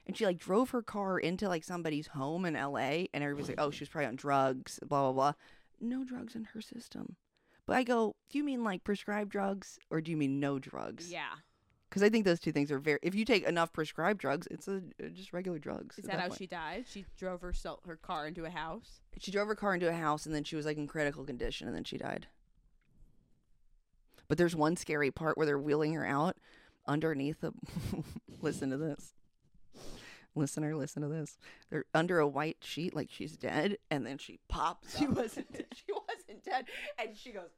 Speaker 3: And she like drove her car into like somebody's home in L.A. and everybody's like, "Oh, she was probably on drugs." Blah blah blah. No drugs in her system. But I go, do you mean like prescribed drugs or do you mean no drugs?
Speaker 2: Yeah.
Speaker 3: Because I think those two things are very. If you take enough prescribed drugs, it's a, uh, just regular drugs.
Speaker 2: Is
Speaker 3: at
Speaker 2: that, how
Speaker 3: point.
Speaker 2: she died? She drove her so- her car into a house.
Speaker 3: She drove her car into a house and then she was like in critical condition and then she died. But there's one scary part where they're wheeling her out underneath a. listen to this. Listener, listen to this. They're under a white sheet like she's dead and then she pops.
Speaker 2: She
Speaker 3: up.
Speaker 2: wasn't dead.
Speaker 3: she wasn't dead and she goes.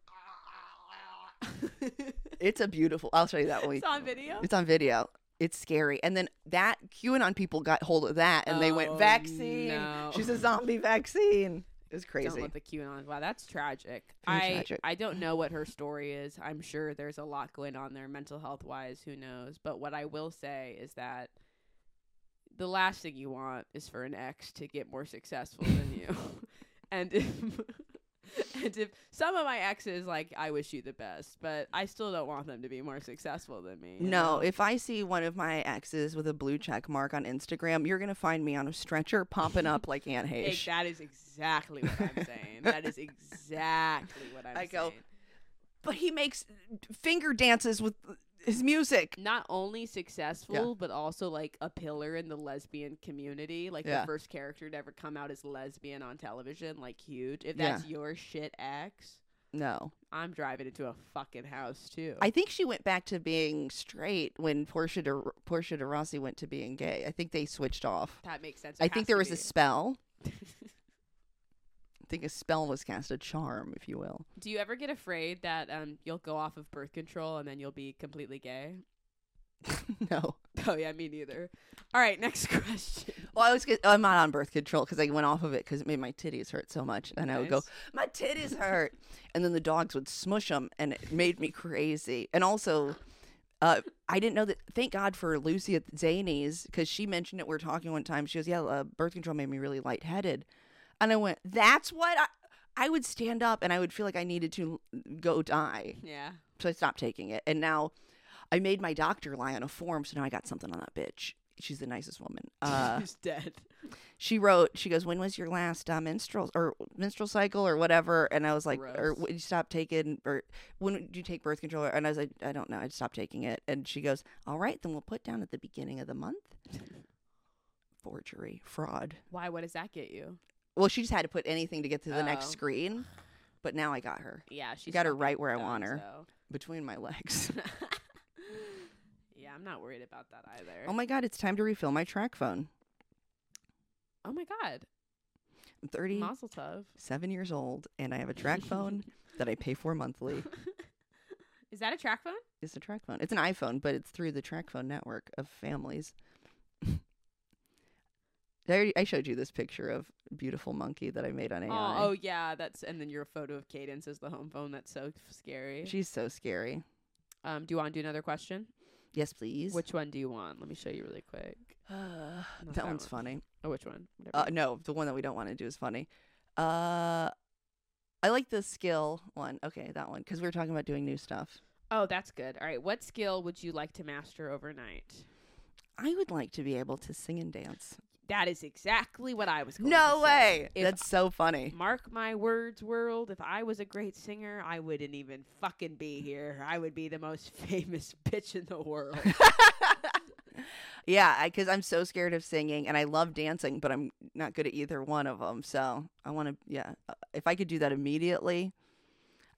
Speaker 3: It's a beautiful. I'll show you that one.
Speaker 2: it's on video.
Speaker 3: It's on video. It's scary. And then that QAnon people got hold of that and they
Speaker 2: Oh,
Speaker 3: went vaccine.
Speaker 2: no.
Speaker 3: She's a zombie vaccine. It was
Speaker 2: Oh. Don't
Speaker 3: crazy.
Speaker 2: let the QAnon. Wow, that's tragic.
Speaker 3: Very
Speaker 2: I
Speaker 3: tragic.
Speaker 2: I don't know what her story is. I'm sure there's a lot going on there, mental health wise. Who knows? But what I will say is that the last thing you want is for an ex to get more successful than you. and if and if some of my exes, like I wish you the best, but I still don't want them to be more successful than me. you
Speaker 3: no,
Speaker 2: know?
Speaker 3: if I see one of my exes with a blue check mark on Instagram, you're gonna find me on a stretcher popping up like Aunt
Speaker 2: Ex-
Speaker 3: Hayes.
Speaker 2: that is exactly what I'm saying. that is exactly what I'm
Speaker 3: I
Speaker 2: saying.
Speaker 3: go, But he makes finger dances with his music.
Speaker 2: not only successful but also like a pillar in the lesbian community like
Speaker 3: Yeah.
Speaker 2: the first character to ever come out as lesbian on television like huge if
Speaker 3: Yeah.
Speaker 2: that's your shit ex
Speaker 3: No.
Speaker 2: i'm driving into a fucking house too
Speaker 3: I think she went back to being straight when Portia de, Portia de Rossi went to being gay. I think they switched off.
Speaker 2: that makes sense
Speaker 3: I
Speaker 2: It has
Speaker 3: think there
Speaker 2: to
Speaker 3: was
Speaker 2: be.
Speaker 3: a spell. I think a spell was cast, a charm, if you will.
Speaker 2: do you ever get afraid that um you'll go off of birth control and then you'll be completely gay
Speaker 3: no.
Speaker 2: oh yeah me neither all right next question
Speaker 3: Well, I was get, I'm not on birth control because I went off of it because it made my titties hurt so much, and I would go,
Speaker 2: Nice.
Speaker 3: "My titties hurt," and then the dogs would smush them, and it made me crazy. And also, uh, I didn't know that. Thank God for Lucy at Zanies because she mentioned it. We were talking one time. She goes, "Yeah, uh, birth control made me really lightheaded," and I went, "That's what I." I would stand up and I would feel like I needed to go die.
Speaker 2: yeah
Speaker 3: So I stopped taking it. And now I made my doctor lie on a form. So now I got something on that bitch. She's the nicest woman. Uh,
Speaker 2: who's dead
Speaker 3: she wrote, she goes, when was your last uh, menstrual or menstrual cycle or whatever? And I was like, or
Speaker 2: Gross.
Speaker 3: when you stop taking, or when did you take birth control? And I was like, I don't know. I stopped taking it. And she goes, all right, then we'll put down at the beginning of the month. Forgery, fraud.
Speaker 2: why what does that get you
Speaker 3: Well, she just had to put anything to get to the next
Speaker 2: Oh.
Speaker 3: screen. But now I got her
Speaker 2: yeah she
Speaker 3: got her right where I want her.
Speaker 2: so.
Speaker 3: between my legs.
Speaker 2: yeah, I'm not worried about that either.
Speaker 3: oh my God, it's time to refill my track phone.
Speaker 2: Oh my god,
Speaker 3: I'm 37
Speaker 2: Mazel Tov.
Speaker 3: years old, and I have a track phone that I pay for monthly.
Speaker 2: Is that a track phone?
Speaker 3: It's a track phone. It's an iPhone, but it's through the track phone network of families. I, already, I showed you this picture of beautiful monkey that I made on AI.
Speaker 2: Oh, oh yeah, that's and then your photo of Cadence as the home phone. That's so f- scary.
Speaker 3: She's so scary.
Speaker 2: um, do you want to do another question?
Speaker 3: Yes, please.
Speaker 2: Which one do you want? Let me show you really quick.
Speaker 3: that,
Speaker 2: Not that
Speaker 3: one's
Speaker 2: one.
Speaker 3: funny.
Speaker 2: Oh, which one? Whatever.
Speaker 3: Uh, no, the one that we don't want to do is funny. Uh, I like the skill one. Okay, that one because we were talking about doing new stuff.
Speaker 2: oh, that's good. All right, what skill would you like to master overnight?
Speaker 3: I would like to be able to sing and dance.
Speaker 2: That is exactly what I was. Going
Speaker 3: No
Speaker 2: to say.
Speaker 3: way.
Speaker 2: If
Speaker 3: That's so funny.
Speaker 2: Mark my words, world. If I was a great singer, I wouldn't even fucking be here. I would be the most famous bitch in the world.
Speaker 3: yeah, because I'm so scared of singing and I love dancing, but I'm not good at either one of them. So I want to, yeah, uh, if I could do that immediately.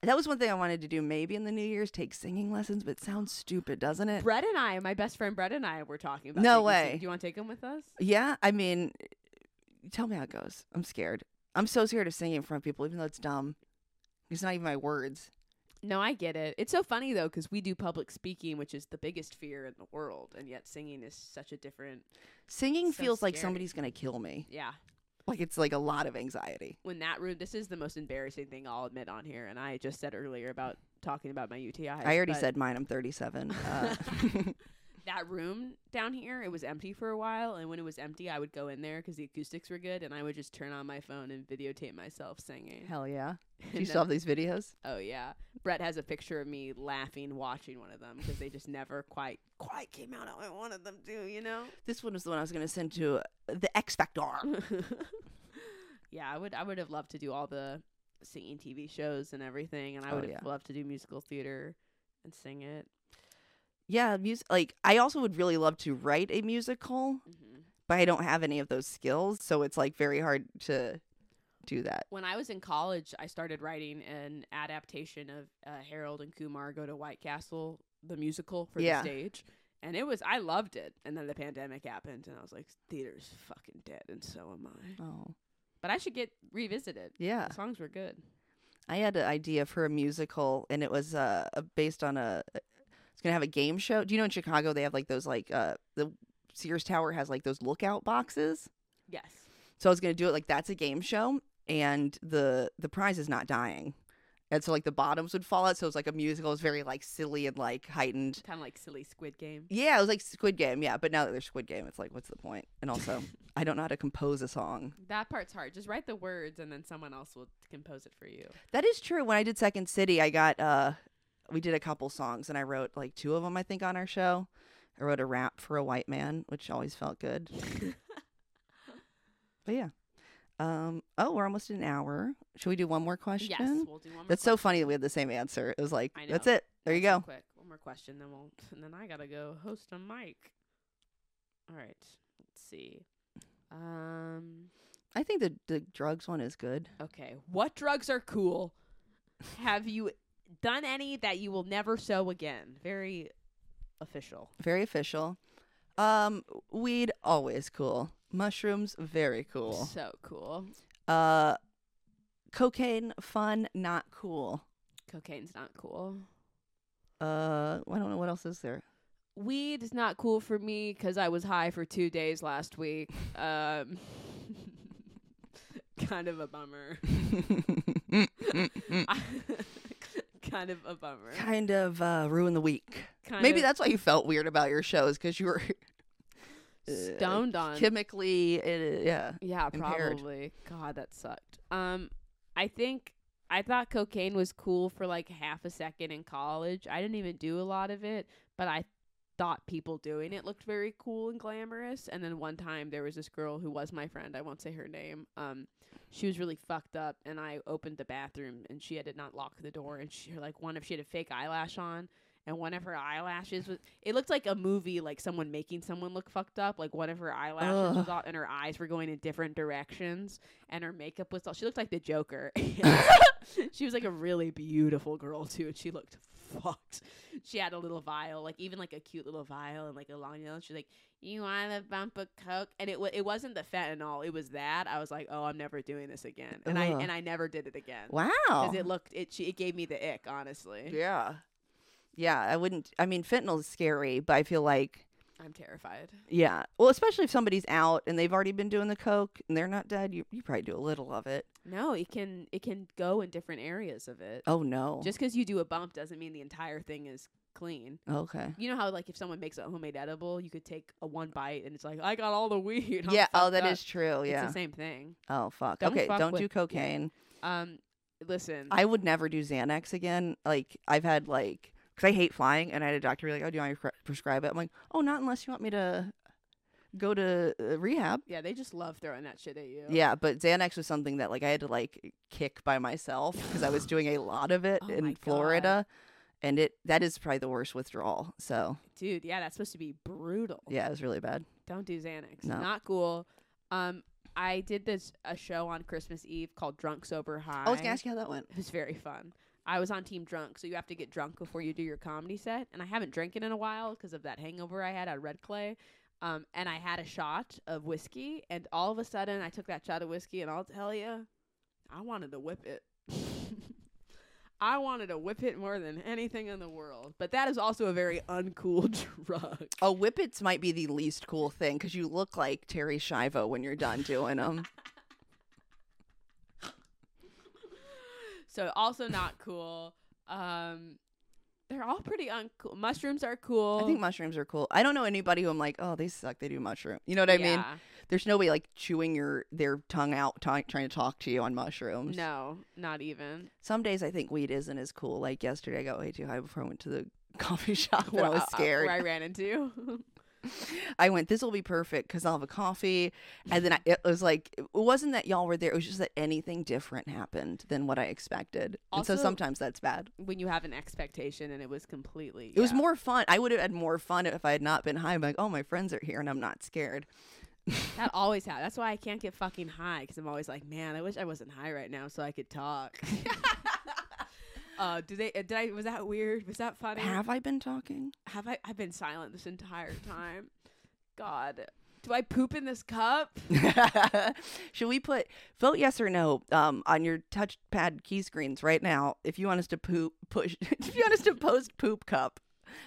Speaker 3: That was one thing I wanted to do maybe in the New Year's take singing lessons, but it sounds stupid, doesn't it?
Speaker 2: Brett and I, my best friend Brett and I, were talking about.
Speaker 3: No
Speaker 2: taking
Speaker 3: way.
Speaker 2: sing- Do you want to take him with us?
Speaker 3: Yeah, I mean, eh, tell me how it goes. I'm scared. I'm so scared of singing in front of people, even though it's dumb. It's not even my words.
Speaker 2: No, I get it. It's so funny though, because we do public speaking, which is the biggest fear in the world, and yet singing is such a different.
Speaker 3: Singing
Speaker 2: So
Speaker 3: feels like
Speaker 2: scary.
Speaker 3: somebody's going to kill me.
Speaker 2: Yeah,
Speaker 3: Like it's like a lot of anxiety.
Speaker 2: when that room, this is the most embarrassing thing I'll admit on here, and I just said earlier about talking about my UTIs.
Speaker 3: I already
Speaker 2: but-
Speaker 3: said mine. I'm 37. Uh,
Speaker 2: that room down here it was empty for a while and when it was empty i would go in there because the acoustics were good and i would just turn on my phone and videotape myself singing
Speaker 3: Hell yeah. Do you
Speaker 2: And
Speaker 3: still
Speaker 2: then-
Speaker 3: have these videos?
Speaker 2: oh yeah brett has a picture of me laughing watching one of them because they just never quite quite came out how i wanted them to you know
Speaker 3: This one was the one I was going to send to uh, the X Factor.
Speaker 2: Mm-hmm. yeah i would i would have loved to do all the singing tv shows and everything and i
Speaker 3: Oh,
Speaker 2: would have
Speaker 3: yeah.
Speaker 2: loved to do musical theater and sing it
Speaker 3: Yeah, music. Like I also would really love to write a musical,
Speaker 2: hmm
Speaker 3: but I don't have any of those skills, so it's like very hard to do that.
Speaker 2: when I was in college, I started writing an adaptation of uh, Harold and Kumar Go to White Castle, the musical for
Speaker 3: Yeah.
Speaker 2: the stage. And it was, I loved it. And then the pandemic happened, and I was like, theater's fucking dead, and so am I.
Speaker 3: Oh,
Speaker 2: But I should get revisited.
Speaker 3: yeah.
Speaker 2: The songs were good.
Speaker 3: I had an idea for a musical, and it was uh a- based on a. It's gonna have a game show. Do you know in Chicago they have like those like uh the Sears Tower has like those lookout boxes.
Speaker 2: Yes.
Speaker 3: So I was gonna do it like that's a game show, and the the prize is not dying, and so like the bottoms would fall out. So it was like a musical. It was very like silly and like heightened.
Speaker 2: Kind of like silly Squid Game.
Speaker 3: Yeah, it was like Squid Game. Yeah, but now that there's Squid Game, it's like what's the point? And also, I don't know how to compose a song.
Speaker 2: That part's hard. Just write the words, and then someone else will compose it for you.
Speaker 3: That is true. When I did Second City, I got uh, we did a couple songs, and I wrote like two of them, I think, on our show. I wrote a rap for a white man, which always felt good. but yeah, um, oh, we're almost at an hour. Should we do one more question?
Speaker 2: Yes, we'll do one more.
Speaker 3: That's so funny that we had the same answer. It was like,
Speaker 2: Mm-hmm. I
Speaker 3: that's
Speaker 2: know.
Speaker 3: it. There you
Speaker 2: question
Speaker 3: go.
Speaker 2: Quick. One more question, then we'll and then I gotta go host a mic. All right, let's see. Um,
Speaker 3: I think the the drugs one is good.
Speaker 2: okay, what drugs are cool? Have you done any that you will never sow again? Very official.
Speaker 3: Very official. Um, weed always cool. Mushrooms very cool.
Speaker 2: So cool.
Speaker 3: Uh, cocaine fun not cool.
Speaker 2: Cocaine's not cool.
Speaker 3: Uh, I don't know what else is there.
Speaker 2: Weed is not cool for me 'cause I was high for two days last week. Um, kind of a bummer. kind of a bummer.
Speaker 3: kind of uh, ruin the week.
Speaker 2: Kind
Speaker 3: Maybe
Speaker 2: of
Speaker 3: that's why you felt weird about your shows because you were uh,
Speaker 2: stoned on.
Speaker 3: chemically, uh, yeah.
Speaker 2: yeah,
Speaker 3: impaired.
Speaker 2: probably. God, that sucked. Um, I think I thought cocaine was cool for like half a second in college. I didn't even do a lot of it, but I thought people doing it looked very cool and glamorous. And then one time there was this girl who was my friend. I won't say her name. Um, she was really fucked up, and I opened the bathroom, and she had did not lock the door, and she like one of she had a fake eyelash on. And one of her eyelashes was, it looked like a movie, like someone making someone look fucked up. Like one of her eyelashes was
Speaker 3: Ugh.
Speaker 2: all, and her eyes were going in different directions, and her makeup was all, she looked like the Joker. she was like a really beautiful girl, too, and she looked fucked she had a little vial, like even like a cute little vial and like a long nail. She's like, "You want a bump of coke?" And it wa it wasn't the fentanyl; it was that. I was like, "Oh, I'm never doing this again," and I
Speaker 3: Ugh.
Speaker 2: and I never did it again
Speaker 3: Uh-huh. Wow.
Speaker 2: because it looked it she, it gave me the ick. Honestly,
Speaker 3: yeah. Yeah, I wouldn't. I mean, fentanyl is scary, but I feel like,
Speaker 2: I'm terrified.
Speaker 3: yeah. Well, especially if somebody's out and they've already been doing the coke and they're not dead, you, you probably do a little of it.
Speaker 2: No, it can it can go in different areas of it.
Speaker 3: Oh, no.
Speaker 2: Just because you do a bump doesn't mean the entire thing is clean.
Speaker 3: okay.
Speaker 2: You know how like if someone makes a homemade edible, you could take a one bite and it's like I got all the weed. I'm
Speaker 3: Yeah. Oh,
Speaker 2: fucked
Speaker 3: that
Speaker 2: up."
Speaker 3: is true. Yeah.
Speaker 2: It's the same thing.
Speaker 3: Oh, fuck.
Speaker 2: Don't
Speaker 3: okay.
Speaker 2: fuck
Speaker 3: don't
Speaker 2: with-
Speaker 3: do
Speaker 2: yeah.
Speaker 3: cocaine.
Speaker 2: Um, listen.
Speaker 3: I would never do Xanax again. Like I've had like because I hate flying, and I had a doctor be like, "Oh, do you want me to cre- prescribe it?" I'm like, "Oh, not unless you want me to go to uh, rehab."
Speaker 2: Yeah, they just love throwing that shit at you.
Speaker 3: Yeah, but Xanax was something that like I had to like kick by myself because I was doing a lot of it
Speaker 2: Oh my
Speaker 3: in
Speaker 2: God.
Speaker 3: Florida, and it that is probably the worst withdrawal. So
Speaker 2: Dude, yeah, that's supposed to be brutal.
Speaker 3: yeah, it was really bad.
Speaker 2: Don't do Xanax.
Speaker 3: No.
Speaker 2: Not cool. Um I did this a show on Christmas Eve called Drunk Sober High.
Speaker 3: Oh, I was gonna ask you how that went.
Speaker 2: It was very fun. I was on team drunk, so you have to get drunk before you do your comedy set. And I haven't drinking in a while because of that hangover I had at Red Clay. Um, and I had a shot of whiskey, and all of a sudden I took that shot of whiskey, and I'll tell you, I wanted to whip it. I wanted to whip it more than anything in the world. But that is also a very uncool drug.
Speaker 3: Oh, whippets might be the least cool thing because you look like Terry Shivo when you're done doing them.
Speaker 2: So also not cool. Um, they're all pretty uncool. Mushrooms are cool.
Speaker 3: I think mushrooms are cool. I don't know anybody who I'm like, oh, they suck. They do mushroom. You know what I mean?
Speaker 2: Yeah.
Speaker 3: There's nobody like chewing your their tongue out, t- trying to talk to you on mushrooms.
Speaker 2: No, not even.
Speaker 3: Some days I think weed isn't as cool. Like yesterday, I got way too high before I went to the coffee shop and I
Speaker 2: Where
Speaker 3: was scared.
Speaker 2: Uh, Where I ran into.
Speaker 3: I went, this will be perfect because I'll have a coffee.
Speaker 2: Mm-hmm.
Speaker 3: And then I, it was like, it wasn't that y'all were there. It was just that anything different happened than what I expected. and
Speaker 2: Also-
Speaker 3: so sometimes that's bad.
Speaker 2: when you have an expectation and it was completely.
Speaker 3: It was
Speaker 2: yeah.
Speaker 3: more fun. I would have had more fun if I had not been high. I'm like, oh, my friends are here and I'm not scared.
Speaker 2: That always happens. That's why I can't get fucking high because I'm always like, man, I wish I wasn't high right now so I could talk. uh, do they? uh, Did I? Was that weird? Was that funny?
Speaker 3: Have I been talking?
Speaker 2: Have I? I've been silent this entire time. God, do I poop in this cup?
Speaker 3: Should we put vote yes or no um, on your touchpad key screens right now if you want us to poop push if you want us to post poop cup?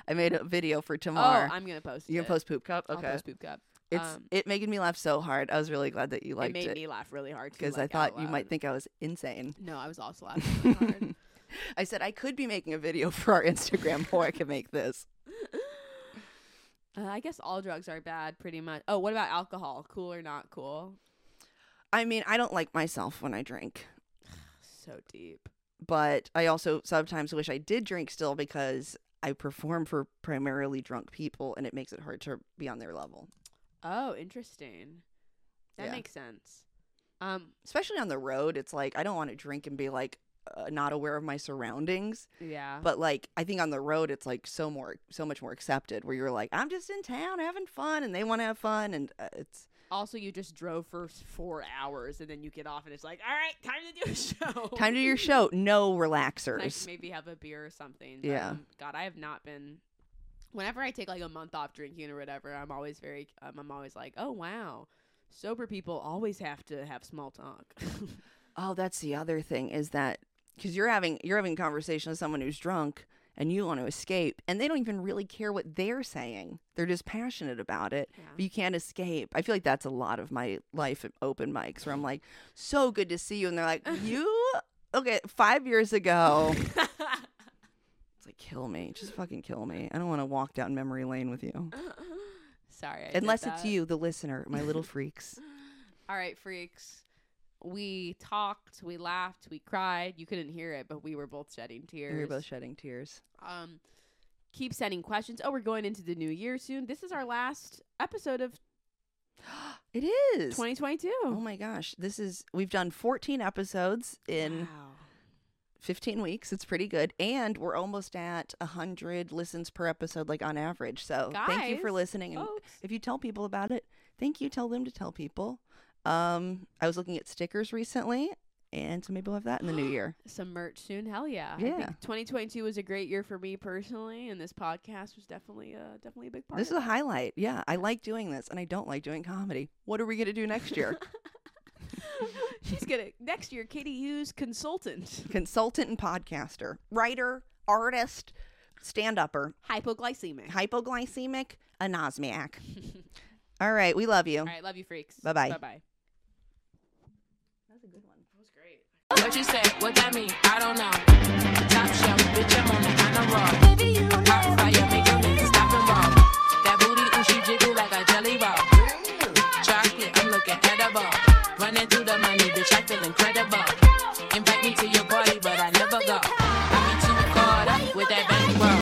Speaker 3: I made a video for tomorrow.
Speaker 2: Oh, I'm gonna post.
Speaker 3: you
Speaker 2: it.
Speaker 3: can post poop cup.
Speaker 2: I'll
Speaker 3: Okay,
Speaker 2: post poop cup.
Speaker 3: it's
Speaker 2: um,
Speaker 3: it making me laugh so hard. I was really glad that you
Speaker 2: It
Speaker 3: liked
Speaker 2: made
Speaker 3: it
Speaker 2: me laugh really hard too,
Speaker 3: because I
Speaker 2: like,
Speaker 3: thought
Speaker 2: out
Speaker 3: you might
Speaker 2: loud.
Speaker 3: think I was insane.
Speaker 2: No, I was also laughing really hard.
Speaker 3: I said I could be making a video for our Instagram or I could make this.
Speaker 2: Uh, I guess all drugs are bad, pretty much. Oh, what about alcohol? Cool or not cool?
Speaker 3: I mean, I don't like myself when I drink.
Speaker 2: So deep.
Speaker 3: but I also sometimes wish I did drink still because I perform for primarily drunk people and it makes it hard to be on their level,
Speaker 2: Oh, interesting. That
Speaker 3: Yeah.
Speaker 2: makes sense. Um,
Speaker 3: especially on the road. It's like I don't want to drink and be like, uh, not aware of my surroundings.
Speaker 2: Yeah.
Speaker 3: But like, I think on the road, it's like so more, so much more accepted. Where you're like, I'm just in town having fun, and they want to have fun, and uh, it's
Speaker 2: also, you just drove for s- four hours and then you get off and it's like, all right, time to do a show.
Speaker 3: time to do your show. No
Speaker 2: Like,
Speaker 3: relaxers.
Speaker 2: maybe have a beer or something. but,
Speaker 3: Yeah.
Speaker 2: um, God, I have not been. Whenever I take like a month off drinking or whatever, I'm always very. Um, I'm always like, oh wow, sober people always have to have small talk.
Speaker 3: Oh, that's the other thing is that because you're having you're having a conversation with someone who's drunk and you want to escape, and they don't even really care what they're saying. They're just passionate about it.
Speaker 2: Yeah.
Speaker 3: But you can't escape. I feel like that's a lot of my life at open mics where I'm like, so good to see you, and they're like, you okay? Five years ago, it's like kill me, just fucking kill me. I don't want to walk down memory lane with you.
Speaker 2: Sorry. I did
Speaker 3: Unless it's
Speaker 2: that.
Speaker 3: you, the listener, my little freaks.
Speaker 2: All right, freaks. We talked, we laughed, we cried. You couldn't hear it, but we were both shedding tears.
Speaker 3: We were both shedding tears.
Speaker 2: um, keep sending questions. Oh, we're going into the new year soon. This is our last episode of
Speaker 3: It is.
Speaker 2: 2022.
Speaker 3: Oh my gosh, this is we've done 14 episodes in
Speaker 2: Wow.
Speaker 3: 15 weeks. It's pretty good and we're almost at 100 listens per episode like on average. So, thank you for
Speaker 2: Guys, Oh.
Speaker 3: listening and
Speaker 2: Folks.
Speaker 3: if you tell people about it, thank you tell them to tell people. Um I was looking at stickers recently and so maybe we'll have that in the new year.
Speaker 2: Some merch soon. Hell yeah. I
Speaker 3: Yeah.
Speaker 2: think 2022 was a great year for me personally, and this podcast was definitely uh, definitely a big part.
Speaker 3: This is
Speaker 2: of
Speaker 3: a highlight. Yeah, I like doing this and I don't like doing comedy. What are we going to do next year?
Speaker 2: it. She's gonna next year, Katie Hughes consultant,
Speaker 3: Consultant and podcaster, writer, artist, stand-upper.
Speaker 2: hypoglycemic.
Speaker 3: hypoglycemic anosmiac. All right, we love you.
Speaker 2: All right, love you, freaks.
Speaker 3: Bye-bye.
Speaker 2: Bye bye.
Speaker 3: That was a good one.
Speaker 2: That was great.
Speaker 1: What you say? What that mean? I don't know.